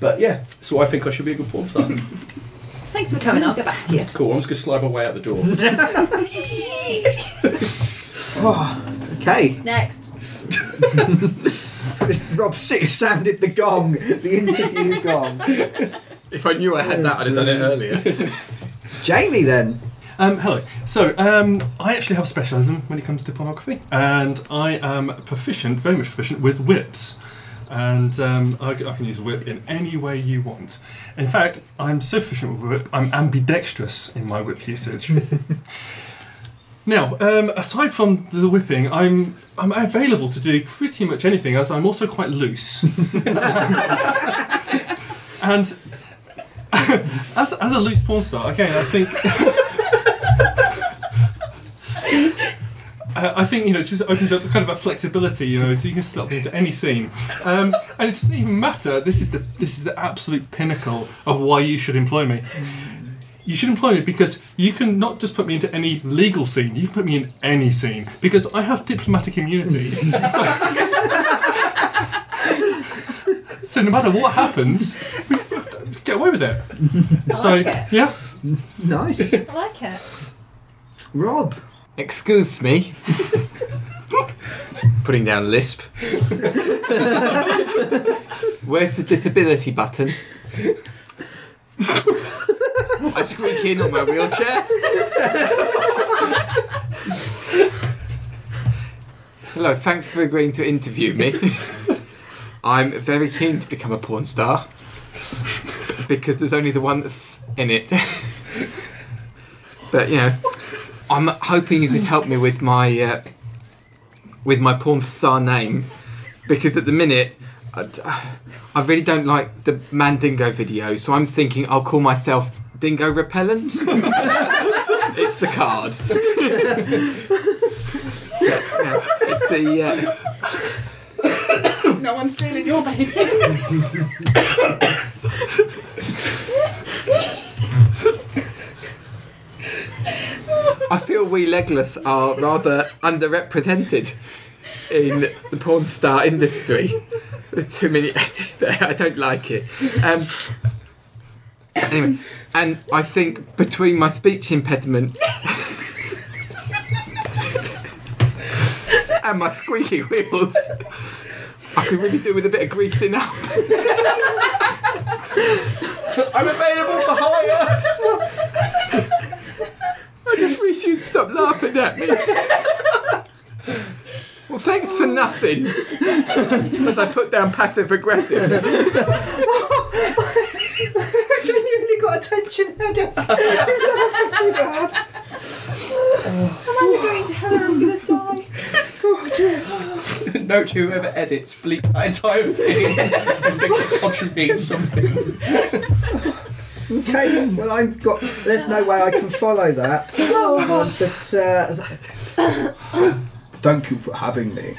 [SPEAKER 2] But yeah, so I think I should be a good porn star.
[SPEAKER 7] Thanks for coming, I'll get back to
[SPEAKER 5] [laughs]
[SPEAKER 7] you.
[SPEAKER 2] Cool. I'm just going to slide my way out
[SPEAKER 7] [laughs]
[SPEAKER 2] the door.
[SPEAKER 5] Oh.
[SPEAKER 1] Okay,
[SPEAKER 7] Next.
[SPEAKER 1] Rob si- sounded the gong, the interview gong.
[SPEAKER 4] If I knew I had that, I'd have done it
[SPEAKER 1] [laughs]
[SPEAKER 4] earlier.
[SPEAKER 1] Jamie then.
[SPEAKER 3] Um, hello. So, um, I actually have a specialism when it comes to pornography, and I am proficient, very much proficient, with whips. And um, I, I can use a whip in any way you want. In fact, I'm so proficient with whip, I'm ambidextrous in my whip
[SPEAKER 1] [laughs]
[SPEAKER 3] usage. now, um, aside from the whipping, I'm I'm available to do pretty much anything, as I'm also quite loose. and [laughs] as, as a loose porn star, again, I think. [laughs] Uh, I think you know it just opens up kind of a flexibility. You know, so you can slot me into any scene, um, and it doesn't even matter. This is the this is the absolute pinnacle of why you should employ me. You should employ me because you can not just put me into any legal scene. You can put me in any scene because I have diplomatic immunity. so, [laughs] so no matter what happens, get away with it. So
[SPEAKER 7] like it.
[SPEAKER 3] yeah,
[SPEAKER 1] Nice.
[SPEAKER 7] I like it.
[SPEAKER 1] Rob.
[SPEAKER 4] Excuse
[SPEAKER 1] [laughs]
[SPEAKER 4] me. Putting down Lisp. Where's the disability button? I squeak in on my wheelchair. Hello, thanks for agreeing to interview [laughs] me. I'm very keen to become a porn star because there's only the one th in it. but you know, I'm hoping you could help me with my uh, with my porn star name because at the minute I, d- I really don't like the man dingo video, so I'm thinking I'll call myself Dingo Repellent. [laughs] it's the card. So, [laughs] yeah, it's the uh,
[SPEAKER 5] No one's stealing your baby.
[SPEAKER 4] I feel we legless are rather underrepresented in the porn star industry. There's too many S's there. I don't like it. Um, anyway, and I think between my speech impediment and my squeaky wheels, I could really do with a bit of greasing up.
[SPEAKER 2] I'm available for hire.
[SPEAKER 4] I just wish you'd stop laughing at me. Well, thanks for nothing. As I put down passive aggressive.
[SPEAKER 1] I [laughs] genuinely got attention [laughs] headache. bad.
[SPEAKER 7] Am I going to hell or I'm going to
[SPEAKER 4] [laughs]
[SPEAKER 1] [laughs]
[SPEAKER 7] die?
[SPEAKER 2] [laughs] Note whoever edits bleep that entire thing. [laughs] I think it's contributing something.
[SPEAKER 1] Okay, well I've got. There's no way I can follow that. Um, but uh, thank you for having me.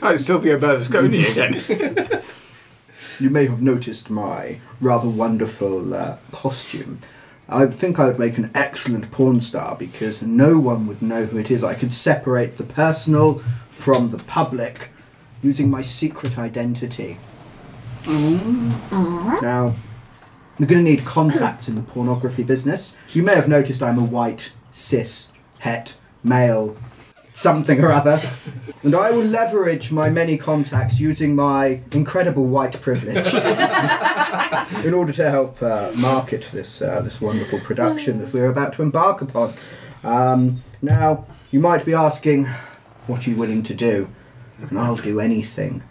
[SPEAKER 4] Oh, it's Silvio Berlusconi again.
[SPEAKER 1] you may have noticed my rather wonderful uh, costume. I think I would make an excellent porn star because no one would know who it is. I could separate the personal from the public using my secret identity. Now, you're going to need contacts in the pornography business. You may have noticed I'm a white, cis, het, male, something or other. And I will leverage my many contacts using my incredible white privilege in order to help uh, market this, uh, this wonderful production that we're about to embark upon. Um, now, you might be asking, what are you willing to do? And I'll do anything.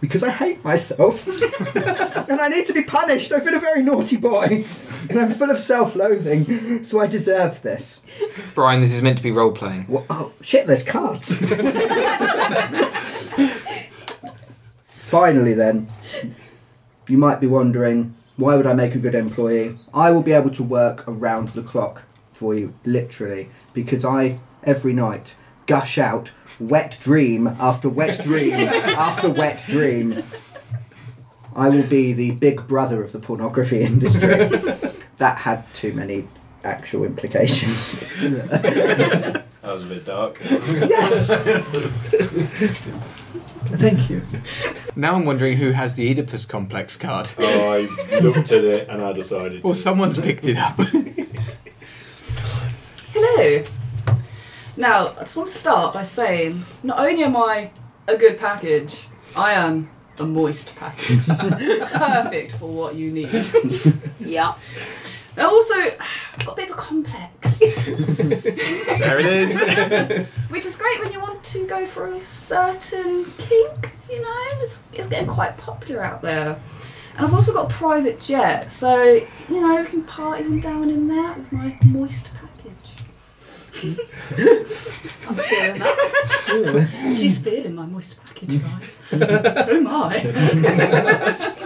[SPEAKER 1] Because I hate myself. and I need to be punished. I've been a very naughty boy. And I'm full of self loathing. So I deserve this.
[SPEAKER 4] Brian, this is meant to be role playing.
[SPEAKER 1] Wha- Oh shit, there's cards. Finally, then, you might be wondering why would I make a good employee? I will be able to work around the clock for you, literally, because I every night gush out wet dream after wet dream after wet dream. I will be the big brother of the pornography [laughs] industry. that had too many actual implications.
[SPEAKER 6] [laughs] That was a bit dark.
[SPEAKER 1] Yes.
[SPEAKER 6] [laughs]
[SPEAKER 1] Thank you.
[SPEAKER 4] Now I'm wondering who has the Oedipus complex card.
[SPEAKER 6] I looked at it and I decided.
[SPEAKER 4] Well,
[SPEAKER 6] to-
[SPEAKER 4] someone's picked it up.
[SPEAKER 5] Hello. Now, I just want to start by saying not only am I a good package, I am a moist package. Perfect for what you need.
[SPEAKER 7] Yeah.
[SPEAKER 5] I also [sighs] I've got a bit of a complex,
[SPEAKER 4] [laughs] there it is.
[SPEAKER 5] [laughs] which is great when you want to go for a certain kink, you know? It's, it's getting quite popular out there. And I've also got a private jet, so, you know, we can party them down in that with my moist package.
[SPEAKER 7] [laughs] I'm feeling that.
[SPEAKER 5] [laughs] She's feeling my moist
[SPEAKER 7] [laughs]
[SPEAKER 5] package, guys. oh [laughs] my.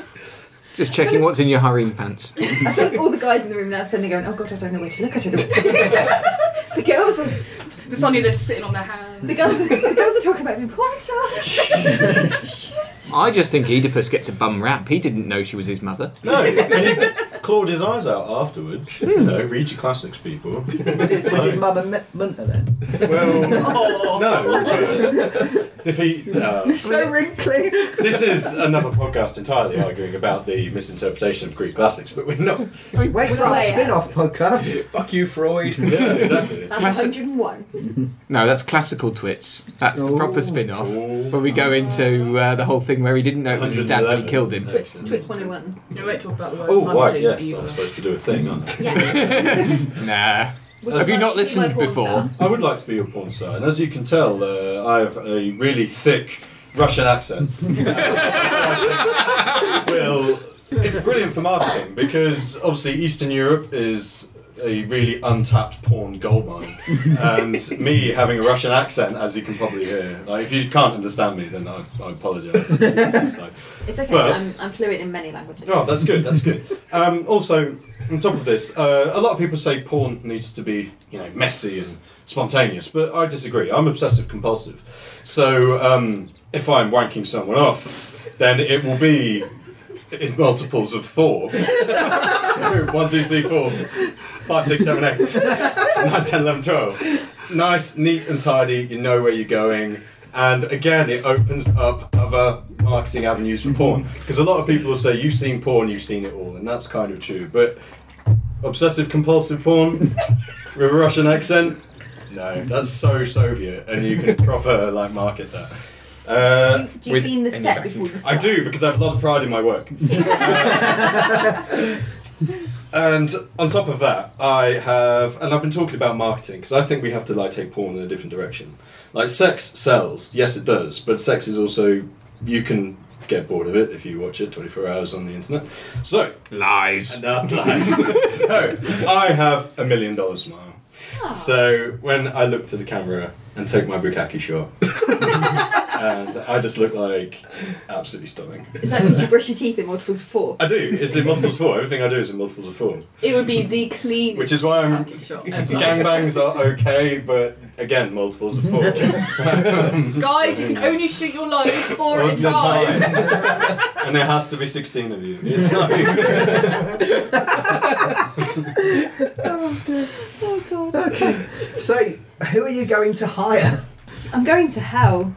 [SPEAKER 4] Just checking what's in your harem pants.
[SPEAKER 7] I think all the guys in the room now are suddenly going, oh god, I don't know where to look, I don't know what to
[SPEAKER 5] [laughs]
[SPEAKER 7] do. the girls are,
[SPEAKER 5] It's only they're just sitting on their hands.
[SPEAKER 7] the girls, the girls are talking about me porn
[SPEAKER 5] [laughs]
[SPEAKER 7] stars.
[SPEAKER 4] I just think Oedipus gets a bum rap. He didn't know she was his mother.
[SPEAKER 6] No, and
[SPEAKER 4] [laughs]
[SPEAKER 6] he clawed his eyes out afterwards. You know, read your classics,
[SPEAKER 4] [laughs]
[SPEAKER 6] people.
[SPEAKER 1] Was, it, was his mum a mi- munter then?
[SPEAKER 6] Well,
[SPEAKER 5] Oh.
[SPEAKER 6] no. Defeat. Uh,
[SPEAKER 1] So wrinkly. [laughs]
[SPEAKER 6] this is another podcast entirely arguing about the misinterpretation of Greek classics, but we're not.
[SPEAKER 1] Wait for our
[SPEAKER 7] Way out.
[SPEAKER 1] spin-off
[SPEAKER 4] [laughs]
[SPEAKER 1] podcast.
[SPEAKER 2] Fuck you, Freud.
[SPEAKER 6] Yeah,
[SPEAKER 7] [laughs]
[SPEAKER 6] exactly.
[SPEAKER 7] That's
[SPEAKER 4] Classic.
[SPEAKER 7] 101.
[SPEAKER 4] No, that's classical twits. That's the proper
[SPEAKER 1] Oh.
[SPEAKER 4] spin off.
[SPEAKER 6] Oh.
[SPEAKER 4] Where we go into uh, the whole thing where he didn't know it was his dad when he
[SPEAKER 6] 111.
[SPEAKER 4] killed him.
[SPEAKER 7] Twits, Twits 101.
[SPEAKER 5] You won't talk about the word
[SPEAKER 6] Oh, right,
[SPEAKER 5] hunting
[SPEAKER 6] yes, I'm
[SPEAKER 5] either.
[SPEAKER 6] supposed to do a thing, aren't I?
[SPEAKER 7] Yeah.
[SPEAKER 5] [laughs]
[SPEAKER 4] Nah.
[SPEAKER 7] Would
[SPEAKER 4] Have you
[SPEAKER 7] like to be
[SPEAKER 4] not
[SPEAKER 7] my
[SPEAKER 4] listened
[SPEAKER 7] porn
[SPEAKER 4] before?
[SPEAKER 7] star?
[SPEAKER 6] I would like to be your porn star, and as you can tell, uh, I have a really thick Russian accent. well, it's brilliant for marketing because obviously Eastern Europe is a really untapped porn goldmine, and me having a Russian accent, as you can probably hear, like if you can't understand me, then I, I apologise. It's like-
[SPEAKER 7] It's okay,
[SPEAKER 6] Well-
[SPEAKER 7] I'm, I'm fluent in many languages.
[SPEAKER 6] Oh, that's good. That's good. Um, also, on top of this, uh, a lot of people say porn needs to be, you know, messy and spontaneous, but I disagree. I'm obsessive compulsive, so um, if I'm wanking someone off, then it will be in multiples of four. So, [laughs] one, two, three, four, five, six, seven, eight, nine, ten, eleven, twelve. Nice, neat, and tidy. You know where you're going. And again, it opens up other marketing avenues for porn. Because a lot of people will say, You've seen porn, you've seen it all. And that's kind of true. But obsessive compulsive
[SPEAKER 4] [laughs]
[SPEAKER 6] porn with a Russian accent, no, that's so Soviet. And you can proper like market that. Uh,
[SPEAKER 7] Do you
[SPEAKER 4] With
[SPEAKER 7] clean the
[SPEAKER 4] any
[SPEAKER 7] set
[SPEAKER 4] vacuum.
[SPEAKER 7] before you start?
[SPEAKER 6] I do because I have a lot of pride in my
[SPEAKER 7] [laughs]
[SPEAKER 6] work. and on top of that, I have, and I've been talking about marketing because I think we have to like take porn in a different direction. Like sex sells, yes, it does, but sex is also you can get bored of it if you watch it 24 hours on the internet. So
[SPEAKER 4] Lies.
[SPEAKER 6] enough [laughs] lies. so I have a million dollars, smile.
[SPEAKER 7] Oh.
[SPEAKER 6] So when I looked to the camera and take my
[SPEAKER 7] [laughs]
[SPEAKER 6] bukkake short. and I just look like absolutely stunning.
[SPEAKER 7] Is that did you brush your teeth in multiples of four?
[SPEAKER 6] I do. It's in multiples of four. Everything I do is in multiples of four.
[SPEAKER 5] It would be the cleanest.
[SPEAKER 6] Which is why I'm.
[SPEAKER 5] fucking shot ever.
[SPEAKER 6] Gangbangs are okay, but again,
[SPEAKER 7] [laughs]
[SPEAKER 6] multiples of four.
[SPEAKER 5] Guys, you can only shoot your load four
[SPEAKER 6] One
[SPEAKER 5] at a time.
[SPEAKER 6] and there has to be 16 of you. It's like,
[SPEAKER 7] Oh god.
[SPEAKER 1] So, who are you going to hire?
[SPEAKER 7] I'm going to hell.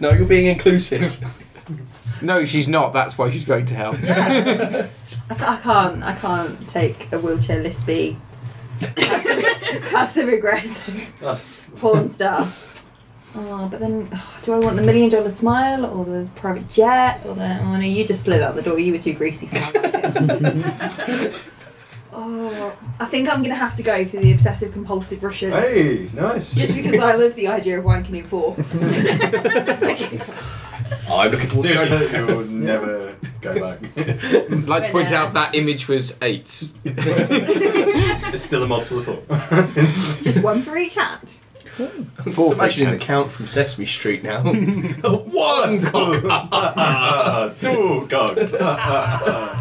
[SPEAKER 2] No, you're being inclusive.
[SPEAKER 4] [laughs] No, she's not. That's why she's going to
[SPEAKER 6] [laughs]
[SPEAKER 4] hell.
[SPEAKER 7] I, ca- I can't. I can't take a wheelchair lispy. passive, passive aggressive
[SPEAKER 6] that's,
[SPEAKER 7] porn star. Oh, but then, oh, do I want the million dollar smile or the private jet or the? Oh no, you just slid out the door. You were too greasy for my liking.
[SPEAKER 6] [laughs]
[SPEAKER 7] oh, I think I'm gonna have to go for the obsessive compulsive Russian.
[SPEAKER 6] hey, nice.
[SPEAKER 7] Just because I love the idea of wanking in four. [laughs]
[SPEAKER 2] I'm looking forward to
[SPEAKER 6] Seriously, you will [laughs] never go back.
[SPEAKER 4] I'd like to
[SPEAKER 7] Right
[SPEAKER 4] point
[SPEAKER 7] there.
[SPEAKER 4] out that image was eight.
[SPEAKER 6] [laughs] It's still a multiple of four.
[SPEAKER 7] Just one for each hand.
[SPEAKER 2] I'm just
[SPEAKER 4] Four
[SPEAKER 2] imagining the
[SPEAKER 4] feet.
[SPEAKER 2] count from Sesame
[SPEAKER 4] [laughs]
[SPEAKER 2] Street now. One
[SPEAKER 6] Two cogs.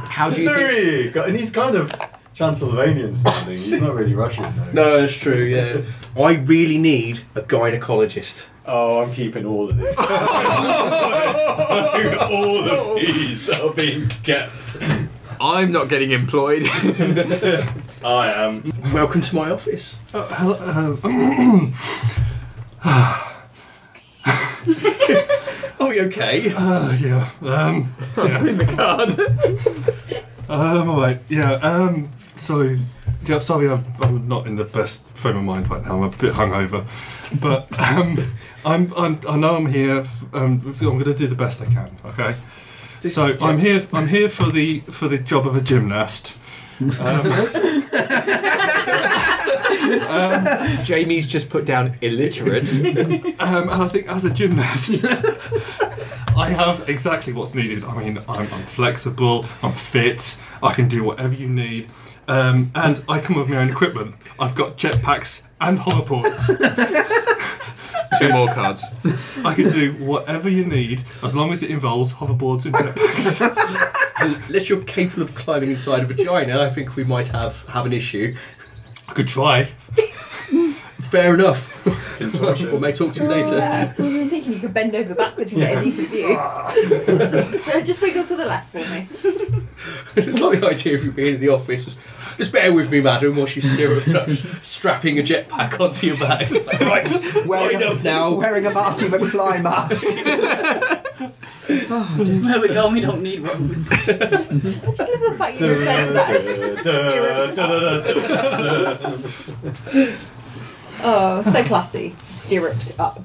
[SPEAKER 4] How do you think?
[SPEAKER 6] Three. And he's kind of Transylvanian sounding. He's not really Russian though.
[SPEAKER 2] No, that's true, yeah. I really need a gynecologist.
[SPEAKER 6] Oh, I'm keeping all
[SPEAKER 2] [laughs]
[SPEAKER 6] of these. all of these are being kept.
[SPEAKER 4] I'm not getting
[SPEAKER 2] [laughs]
[SPEAKER 4] employed. [laughs]
[SPEAKER 6] I am.
[SPEAKER 2] Welcome to my office.
[SPEAKER 4] Oh.
[SPEAKER 3] Uh, hello, uh,
[SPEAKER 2] Oh, you okay?
[SPEAKER 3] uh, yeah.
[SPEAKER 2] [laughs]
[SPEAKER 3] Um,
[SPEAKER 4] in the card.
[SPEAKER 3] [laughs] um, all right. Yeah. Um, so, yeah. Sorry, I'm, I'm not in the best frame of mind right now. I'm a bit hungover, but um, [laughs] I'm, I'm I know I'm here. Um, I'm going to do the best I can. Okay. So I'm here. I'm here for the for the job of a
[SPEAKER 4] [laughs]
[SPEAKER 3] gymnast. Um,
[SPEAKER 4] Jamie's just put down illiterate.
[SPEAKER 3] Um, and I think as a
[SPEAKER 4] [laughs]
[SPEAKER 3] gymnast, I have exactly what's needed. I mean, I'm, I'm flexible, I'm fit, I can do whatever you need, um, and I come with my own equipment. I've got jetpacks and holoports.
[SPEAKER 4] Two more cards.
[SPEAKER 3] I can do whatever you need as long as it involves hoverboards and jetpacks.
[SPEAKER 2] Unless you're capable of climbing inside a vagina, I think we might have, have an issue.
[SPEAKER 3] I could try.
[SPEAKER 2] Fair enough. we may talk to you later.
[SPEAKER 7] I was thinking Oh, you could bend over backwards and get a decent
[SPEAKER 2] [laughs]
[SPEAKER 7] view. Uh, Just wiggle to the left for me.
[SPEAKER 2] it's like the idea of you being in the office. Just, just bear with me, madam, while she's syrup up, strapping a jetpack onto your back. It's like, right,
[SPEAKER 1] Wearing
[SPEAKER 2] wind
[SPEAKER 1] a,
[SPEAKER 2] up now.
[SPEAKER 1] wearing a Marty McFly mask.
[SPEAKER 8] No, we don't. We don't need
[SPEAKER 7] [laughs]
[SPEAKER 8] roads.
[SPEAKER 7] Just give the fact you referred to that as Oh, so classy. Stirruped
[SPEAKER 2] [laughs]
[SPEAKER 7] up.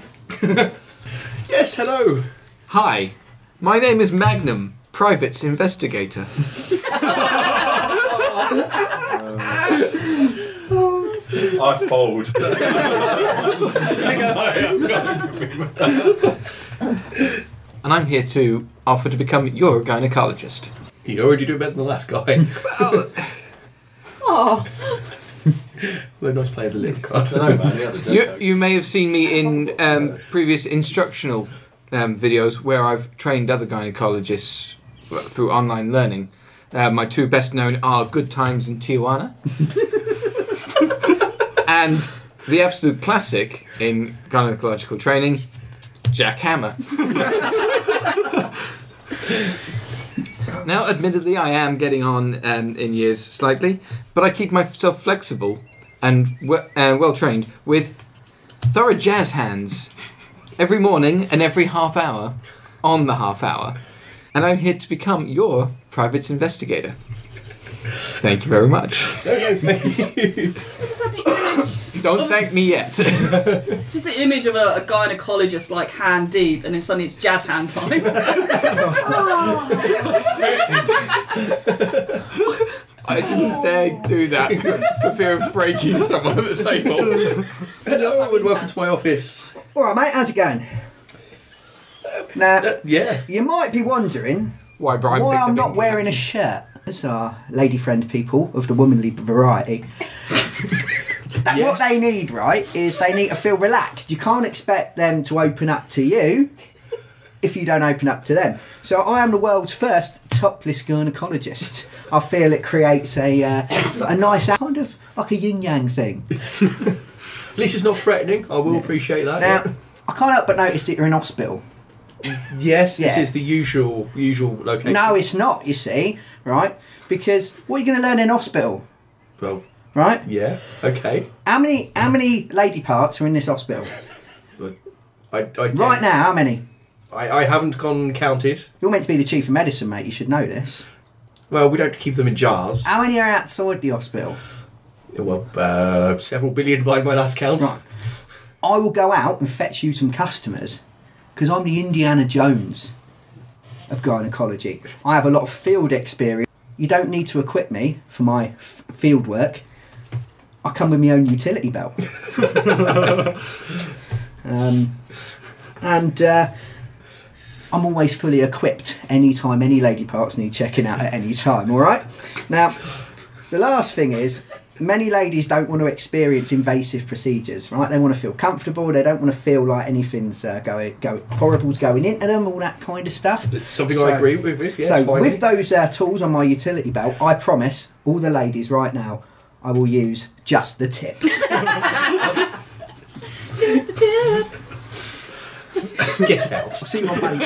[SPEAKER 2] Yes, hello.
[SPEAKER 4] Hi, my name is Magnum, Privates
[SPEAKER 6] [laughs]
[SPEAKER 4] Investigator.
[SPEAKER 6] I [laughs] fold. [laughs]
[SPEAKER 4] Oh, And I'm here to offer to become your gynecologist.
[SPEAKER 2] You already do better than the last guy.
[SPEAKER 7] Oh,
[SPEAKER 2] [laughs] Well, nice play of the lip card.
[SPEAKER 4] You, you may have seen me in um, previous instructional um, videos where I've trained other gynecologists through online learning. Uh, my two best known are Good Times in
[SPEAKER 2] [laughs]
[SPEAKER 4] Tijuana and the absolute classic in gynecological training, Jack Hammer.
[SPEAKER 1] [laughs]
[SPEAKER 4] now, admittedly, I am getting on um, in years slightly, but I keep myself flexible and we- uh, well trained with thorough jazz hands every morning and every half hour on the half hour. And I'm here to become your private investigator. Thank you very
[SPEAKER 7] [laughs]
[SPEAKER 4] much.
[SPEAKER 8] just, had the image,
[SPEAKER 4] Don't thank me yet.
[SPEAKER 8] just the image of a, a gynecologist like hand deep, and then suddenly it's jazz hand
[SPEAKER 7] [laughs]
[SPEAKER 8] time. [laughs]
[SPEAKER 7] Oh.
[SPEAKER 4] I didn't dare do that for fear of breaking someone at the table.
[SPEAKER 2] [laughs] hello, and welcome to my office.
[SPEAKER 1] All right, mate, how's it going? Now,
[SPEAKER 2] Yeah.
[SPEAKER 1] Uh, you might be wondering
[SPEAKER 4] Why, Brian?
[SPEAKER 1] why
[SPEAKER 4] picked
[SPEAKER 1] I'm
[SPEAKER 4] up
[SPEAKER 1] not
[SPEAKER 4] in-
[SPEAKER 1] wearing
[SPEAKER 2] [laughs]
[SPEAKER 1] a shirt. That's our lady friend people of the womanly variety. that
[SPEAKER 2] Yes.
[SPEAKER 1] what they need, right, is they need to feel relaxed. You can't expect them to open up to you if you don't open up to them. So I am the world's first topless gynecologist. I feel it creates a
[SPEAKER 2] [coughs]
[SPEAKER 1] uh, a nice kind of like a yin yang thing.
[SPEAKER 2] At least it's not threatening. I will appreciate that.
[SPEAKER 1] Now
[SPEAKER 2] yeah.
[SPEAKER 1] I can't help but notice that you're in hospital.
[SPEAKER 2] yes, this
[SPEAKER 1] Yeah.
[SPEAKER 2] is the usual usual location.
[SPEAKER 1] No, it's not. You see, right? Because what are you going to learn in hospital,
[SPEAKER 2] Well,
[SPEAKER 1] right?
[SPEAKER 2] yeah. Okay.
[SPEAKER 1] How many how many lady parts are in this hospital
[SPEAKER 2] I, I
[SPEAKER 1] right now? How many?
[SPEAKER 2] I, I haven't gone counted.
[SPEAKER 1] You're meant to be the chief of medicine, mate. You should know this.
[SPEAKER 2] Well, we don't keep them in jars.
[SPEAKER 1] How many are outside the hospital?
[SPEAKER 2] Well, uh, several billion by my last count.
[SPEAKER 1] Right. I will go out and fetch you some customers because I'm the Indiana Jones of gynecology. I have a lot of field experience. You don't need to equip me for my f- field work. I come with my own utility
[SPEAKER 2] [laughs]
[SPEAKER 1] belt. um, and uh, I'm always fully equipped anytime any lady parts need checking out at any time, all right? Now, the last thing is, many ladies don't want to experience invasive procedures, right? They want to feel comfortable. They don't want to feel like anything's uh, going go, horrible's going into them, all that kind of stuff.
[SPEAKER 2] It's something
[SPEAKER 1] So-
[SPEAKER 2] I agree with. with yes,
[SPEAKER 1] so
[SPEAKER 2] finally.
[SPEAKER 1] with those uh, tools on my utility belt, I promise all the ladies right now, I will use just the tip.
[SPEAKER 8] Just a tip.
[SPEAKER 2] Get [laughs] out.
[SPEAKER 1] See what money.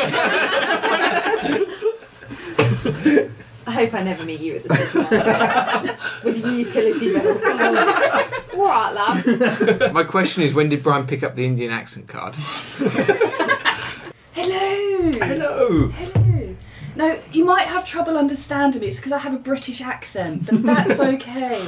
[SPEAKER 7] I hope I never meet you at the
[SPEAKER 2] [laughs]
[SPEAKER 7] supermarket with your utility bill. All right, love.
[SPEAKER 4] My question is, when did Brian pick up the Indian accent card?
[SPEAKER 8] Hello.
[SPEAKER 2] Hello.
[SPEAKER 8] Hello. No, you might have trouble understanding me. It's because I have a British accent, but
[SPEAKER 2] [laughs]
[SPEAKER 8] that's okay.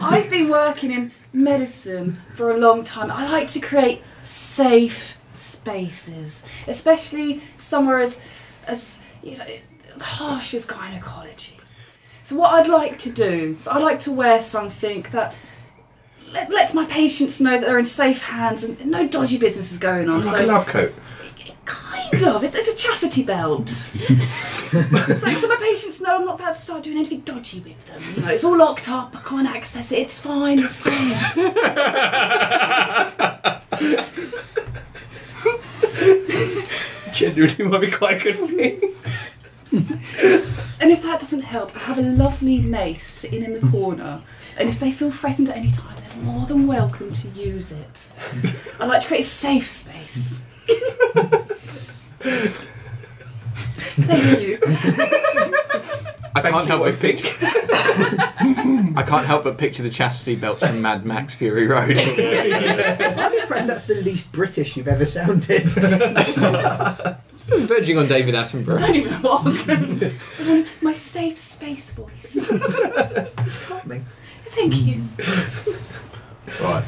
[SPEAKER 8] I've been working in medicine for a long time. I like to create safe spaces, especially somewhere as, as you know, as harsh as gynecology. So what I'd like to do is I like to wear something that let, lets my patients know that they're in safe hands and no dodgy business is going on.
[SPEAKER 2] Like
[SPEAKER 8] so
[SPEAKER 2] a lab coat.
[SPEAKER 8] Kind of. It's, it's a chastity belt. so, so my patients know I'm not about to start doing anything dodgy with them. You know, it's all locked up. I can't access it. It's fine. It's safe.
[SPEAKER 2] Genuinely might be quite a good thing.
[SPEAKER 8] And if that doesn't help, I have a lovely mace sitting in the corner. And if they feel threatened at any time, they're more than welcome to use it. I like to create a safe space. Thank you.
[SPEAKER 4] I
[SPEAKER 2] Thank
[SPEAKER 4] can't
[SPEAKER 2] you,
[SPEAKER 4] help
[SPEAKER 2] I
[SPEAKER 4] but picture.
[SPEAKER 2] think.
[SPEAKER 4] I can't help but picture [laughs] the chastity belts from Mad Max Fury
[SPEAKER 6] [laughs]
[SPEAKER 4] Road.
[SPEAKER 1] [laughs] I'm impressed that's the least British you've ever
[SPEAKER 2] [laughs]
[SPEAKER 1] sounded.
[SPEAKER 4] Verging on David
[SPEAKER 8] I
[SPEAKER 4] Attenborough.
[SPEAKER 8] don't even know what I was going to do. My safe space voice.
[SPEAKER 1] Charming.
[SPEAKER 8] Thank you.
[SPEAKER 6] Right.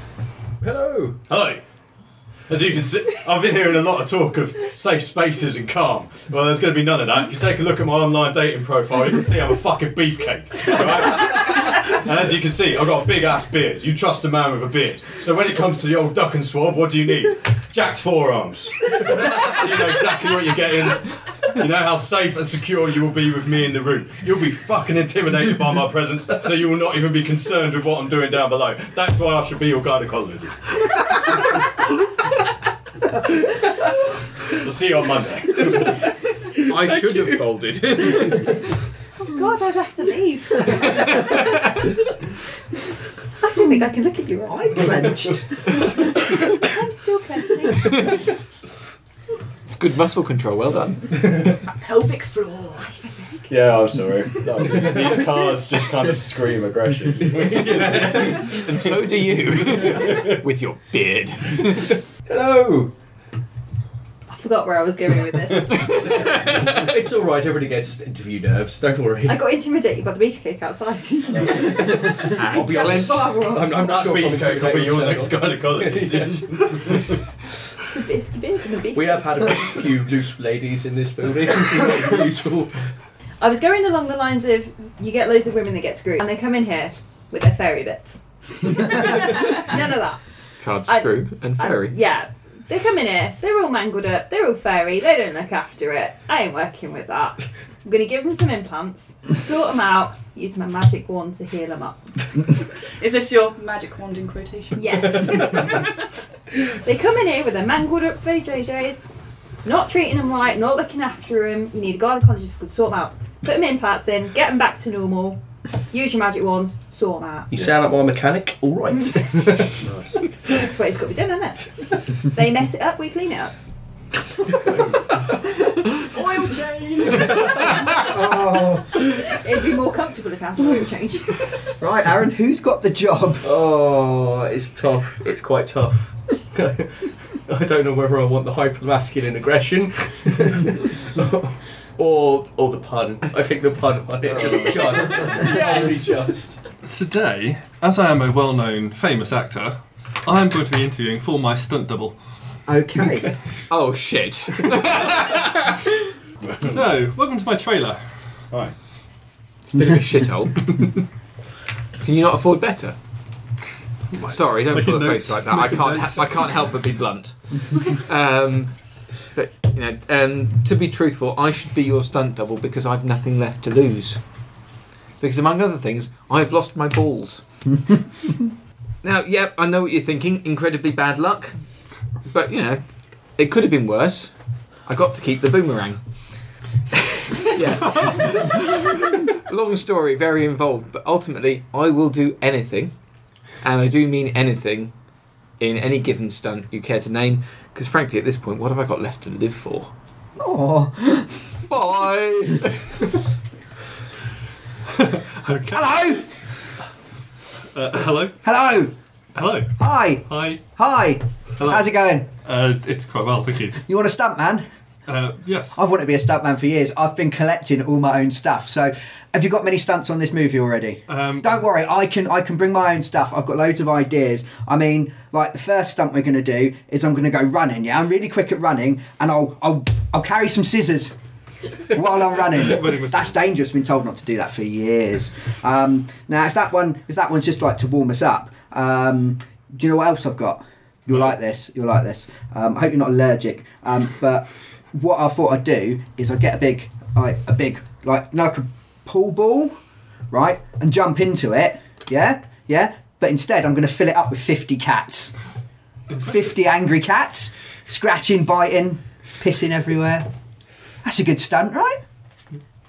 [SPEAKER 2] Hello.
[SPEAKER 6] Hello. As you can see, I've been hearing a lot of talk of safe spaces and calm. Well, there's going to be none of that. If you take a look at my online dating profile, you can see I'm a fucking beefcake. right? And as you can see, I've got a big ass beard. You trust a man with a beard. So when it comes to the old duck and swab, what do you need? Jacked forearms. [laughs] so you know exactly what you're getting. You know how safe and secure you will be with me in the room. You'll be fucking intimidated by my presence, so you will not even be concerned with what I'm doing down below. That's why I should be your gynecologist. We'll see you on
[SPEAKER 2] [laughs]
[SPEAKER 6] Monday.
[SPEAKER 4] I should have folded.
[SPEAKER 2] [laughs]
[SPEAKER 7] Oh God, I'd have to leave. I still think I can look at you. Right?
[SPEAKER 1] I clenched.
[SPEAKER 7] I'm still clenching.
[SPEAKER 4] It's good muscle control. Well done.
[SPEAKER 8] Pelvic floor.
[SPEAKER 6] Yeah, I'm sorry. These cards just kind of scream aggression.
[SPEAKER 4] And so do you [laughs] with your beard.
[SPEAKER 2] Hello.
[SPEAKER 7] I forgot where I was going with this.
[SPEAKER 2] [laughs] It's all right. Everybody gets interview nerves. Don't worry.
[SPEAKER 7] I got intimidated by the beefcake outside. [laughs]
[SPEAKER 4] And
[SPEAKER 2] be honest.
[SPEAKER 4] clenched.
[SPEAKER 2] I'm, I'm not sure if I'm
[SPEAKER 6] Beefcake will be your
[SPEAKER 2] gonna
[SPEAKER 6] next
[SPEAKER 2] turn on.
[SPEAKER 6] gynecologist.
[SPEAKER 7] It's the- it's the beard and the beefcake.
[SPEAKER 2] [laughs] We have had a few loose ladies in this building. [laughs] Useful.
[SPEAKER 7] I was going along the lines of you get loads of women that get screwed and they come in here with their fairy bits. None of that.
[SPEAKER 4] Card
[SPEAKER 7] I-
[SPEAKER 4] screw and
[SPEAKER 7] And,
[SPEAKER 4] fairy.
[SPEAKER 7] Um, yeah. They come in here, they're all mangled up, they're all fairy, they don't look after it. I ain't working with that. I'm going to give him some implants, sort him out, use my magic wand to heal him up.
[SPEAKER 8] Is this your magic wand in quotation?
[SPEAKER 7] Yes. they come in here with their mangled up VJJs, not treating them right, not looking after them. You need a gynecologist to sort them out. Put them implants in, get them back to normal, use your magic wand, sort them out.
[SPEAKER 2] You sound like my mechanic. All right. [laughs]
[SPEAKER 7] That's the way it's got to be done, isn't it? they mess it up, we clean it up.
[SPEAKER 8] [laughs] Oil change.
[SPEAKER 1] Oh.
[SPEAKER 7] It'd be more comfortable if I had oil
[SPEAKER 8] [laughs]
[SPEAKER 7] change.
[SPEAKER 1] Right, Aaron, who's got the job?
[SPEAKER 2] Oh, it's tough. It's quite tough. [laughs] I don't know whether I want the hypermasculine aggression [laughs] or or the pun. I think the pun on it
[SPEAKER 3] [laughs]
[SPEAKER 2] just just yes. just.
[SPEAKER 3] Today, as I am a well known, famous actor, I am going to be interviewing for my stunt double. [laughs]
[SPEAKER 1] Okay.
[SPEAKER 4] Oh shit.
[SPEAKER 3] So, welcome to my trailer.
[SPEAKER 6] Alright.
[SPEAKER 4] It's a bit of a shithole. Can you not afford better? Sorry, don't
[SPEAKER 3] Making
[SPEAKER 4] pull a
[SPEAKER 3] notes.
[SPEAKER 4] face like that. I
[SPEAKER 3] Making
[SPEAKER 4] can't.
[SPEAKER 3] notes.
[SPEAKER 4] I can't help but be blunt. um, but you know, um, to be truthful, I should be your stunt double because I've nothing left to lose. Because among other things, I've lost my balls. now, yeah, I know what you're thinking. Incredibly bad luck, but you know, it could have been worse. I got to keep the boomerang. [laughs] yeah. Long story, very involved, but ultimately, I will do anything, and I do mean anything, in any given stunt you care to name, because frankly, at this point, what have I got left to live for?
[SPEAKER 1] Oh.
[SPEAKER 4] Bye!
[SPEAKER 1] [laughs]
[SPEAKER 3] [laughs]
[SPEAKER 1] Hello.
[SPEAKER 3] Uh, hello?
[SPEAKER 1] Hello.
[SPEAKER 3] Hello.
[SPEAKER 1] Hi.
[SPEAKER 3] Hi.
[SPEAKER 1] Hi.
[SPEAKER 3] Hello.
[SPEAKER 1] How's it going?
[SPEAKER 3] Uh, it's quite well, thank you.
[SPEAKER 1] You want a stunt man?
[SPEAKER 3] Uh, yes.
[SPEAKER 1] I've wanted to be a stunt man for years. I've been collecting all my own stuff. So, have you got many stunts on this movie already?
[SPEAKER 3] Um,
[SPEAKER 1] Don't worry, I can I can bring my own stuff. I've got loads of ideas. I mean, like the first stunt we're gonna do is I'm gonna go running. Yeah, I'm really quick at running, and I'll I'll I'll carry some scissors while I'm
[SPEAKER 3] Running
[SPEAKER 1] running.
[SPEAKER 3] with
[SPEAKER 1] That's
[SPEAKER 3] scissors.
[SPEAKER 1] dangerous. Been told not to do that for years. Um, now, if that one if that one's just like to warm us up, um, do you know what else I've got? You'll like this. You'll like this. Um, I hope you're not allergic. Um, but what I thought I'd do is I'd get a big like a big like like a pool ball right, and jump into it, yeah, yeah. But instead, I'm going to fill it up with 50 cats, 50 angry cats, scratching, biting, pissing everywhere. That's a good stunt, right?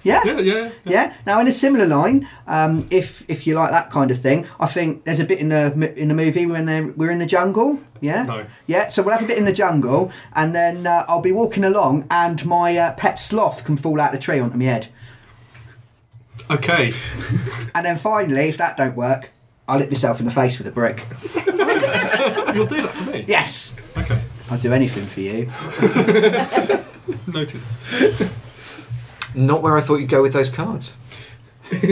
[SPEAKER 1] Yeah.
[SPEAKER 3] Yeah, yeah.
[SPEAKER 1] Yeah. Now, in a similar line, um, if if you like that kind of thing, I think there's a bit in the mo- in the movie when they we're in the jungle. Yeah.
[SPEAKER 3] No.
[SPEAKER 1] Yeah. So we'll have a bit in the jungle, and then uh, I'll be walking along, and my uh, pet sloth can fall out the tree onto my head.
[SPEAKER 3] Okay.
[SPEAKER 1] And then finally, if that don't work, I'll hit myself in the face with a brick.
[SPEAKER 3] You'll do that for me?
[SPEAKER 1] Yes,
[SPEAKER 3] Okay.
[SPEAKER 1] I'll do anything for you.
[SPEAKER 3] Noted.
[SPEAKER 4] [laughs] Not where I thought you'd go with those cards.
[SPEAKER 3] [laughs]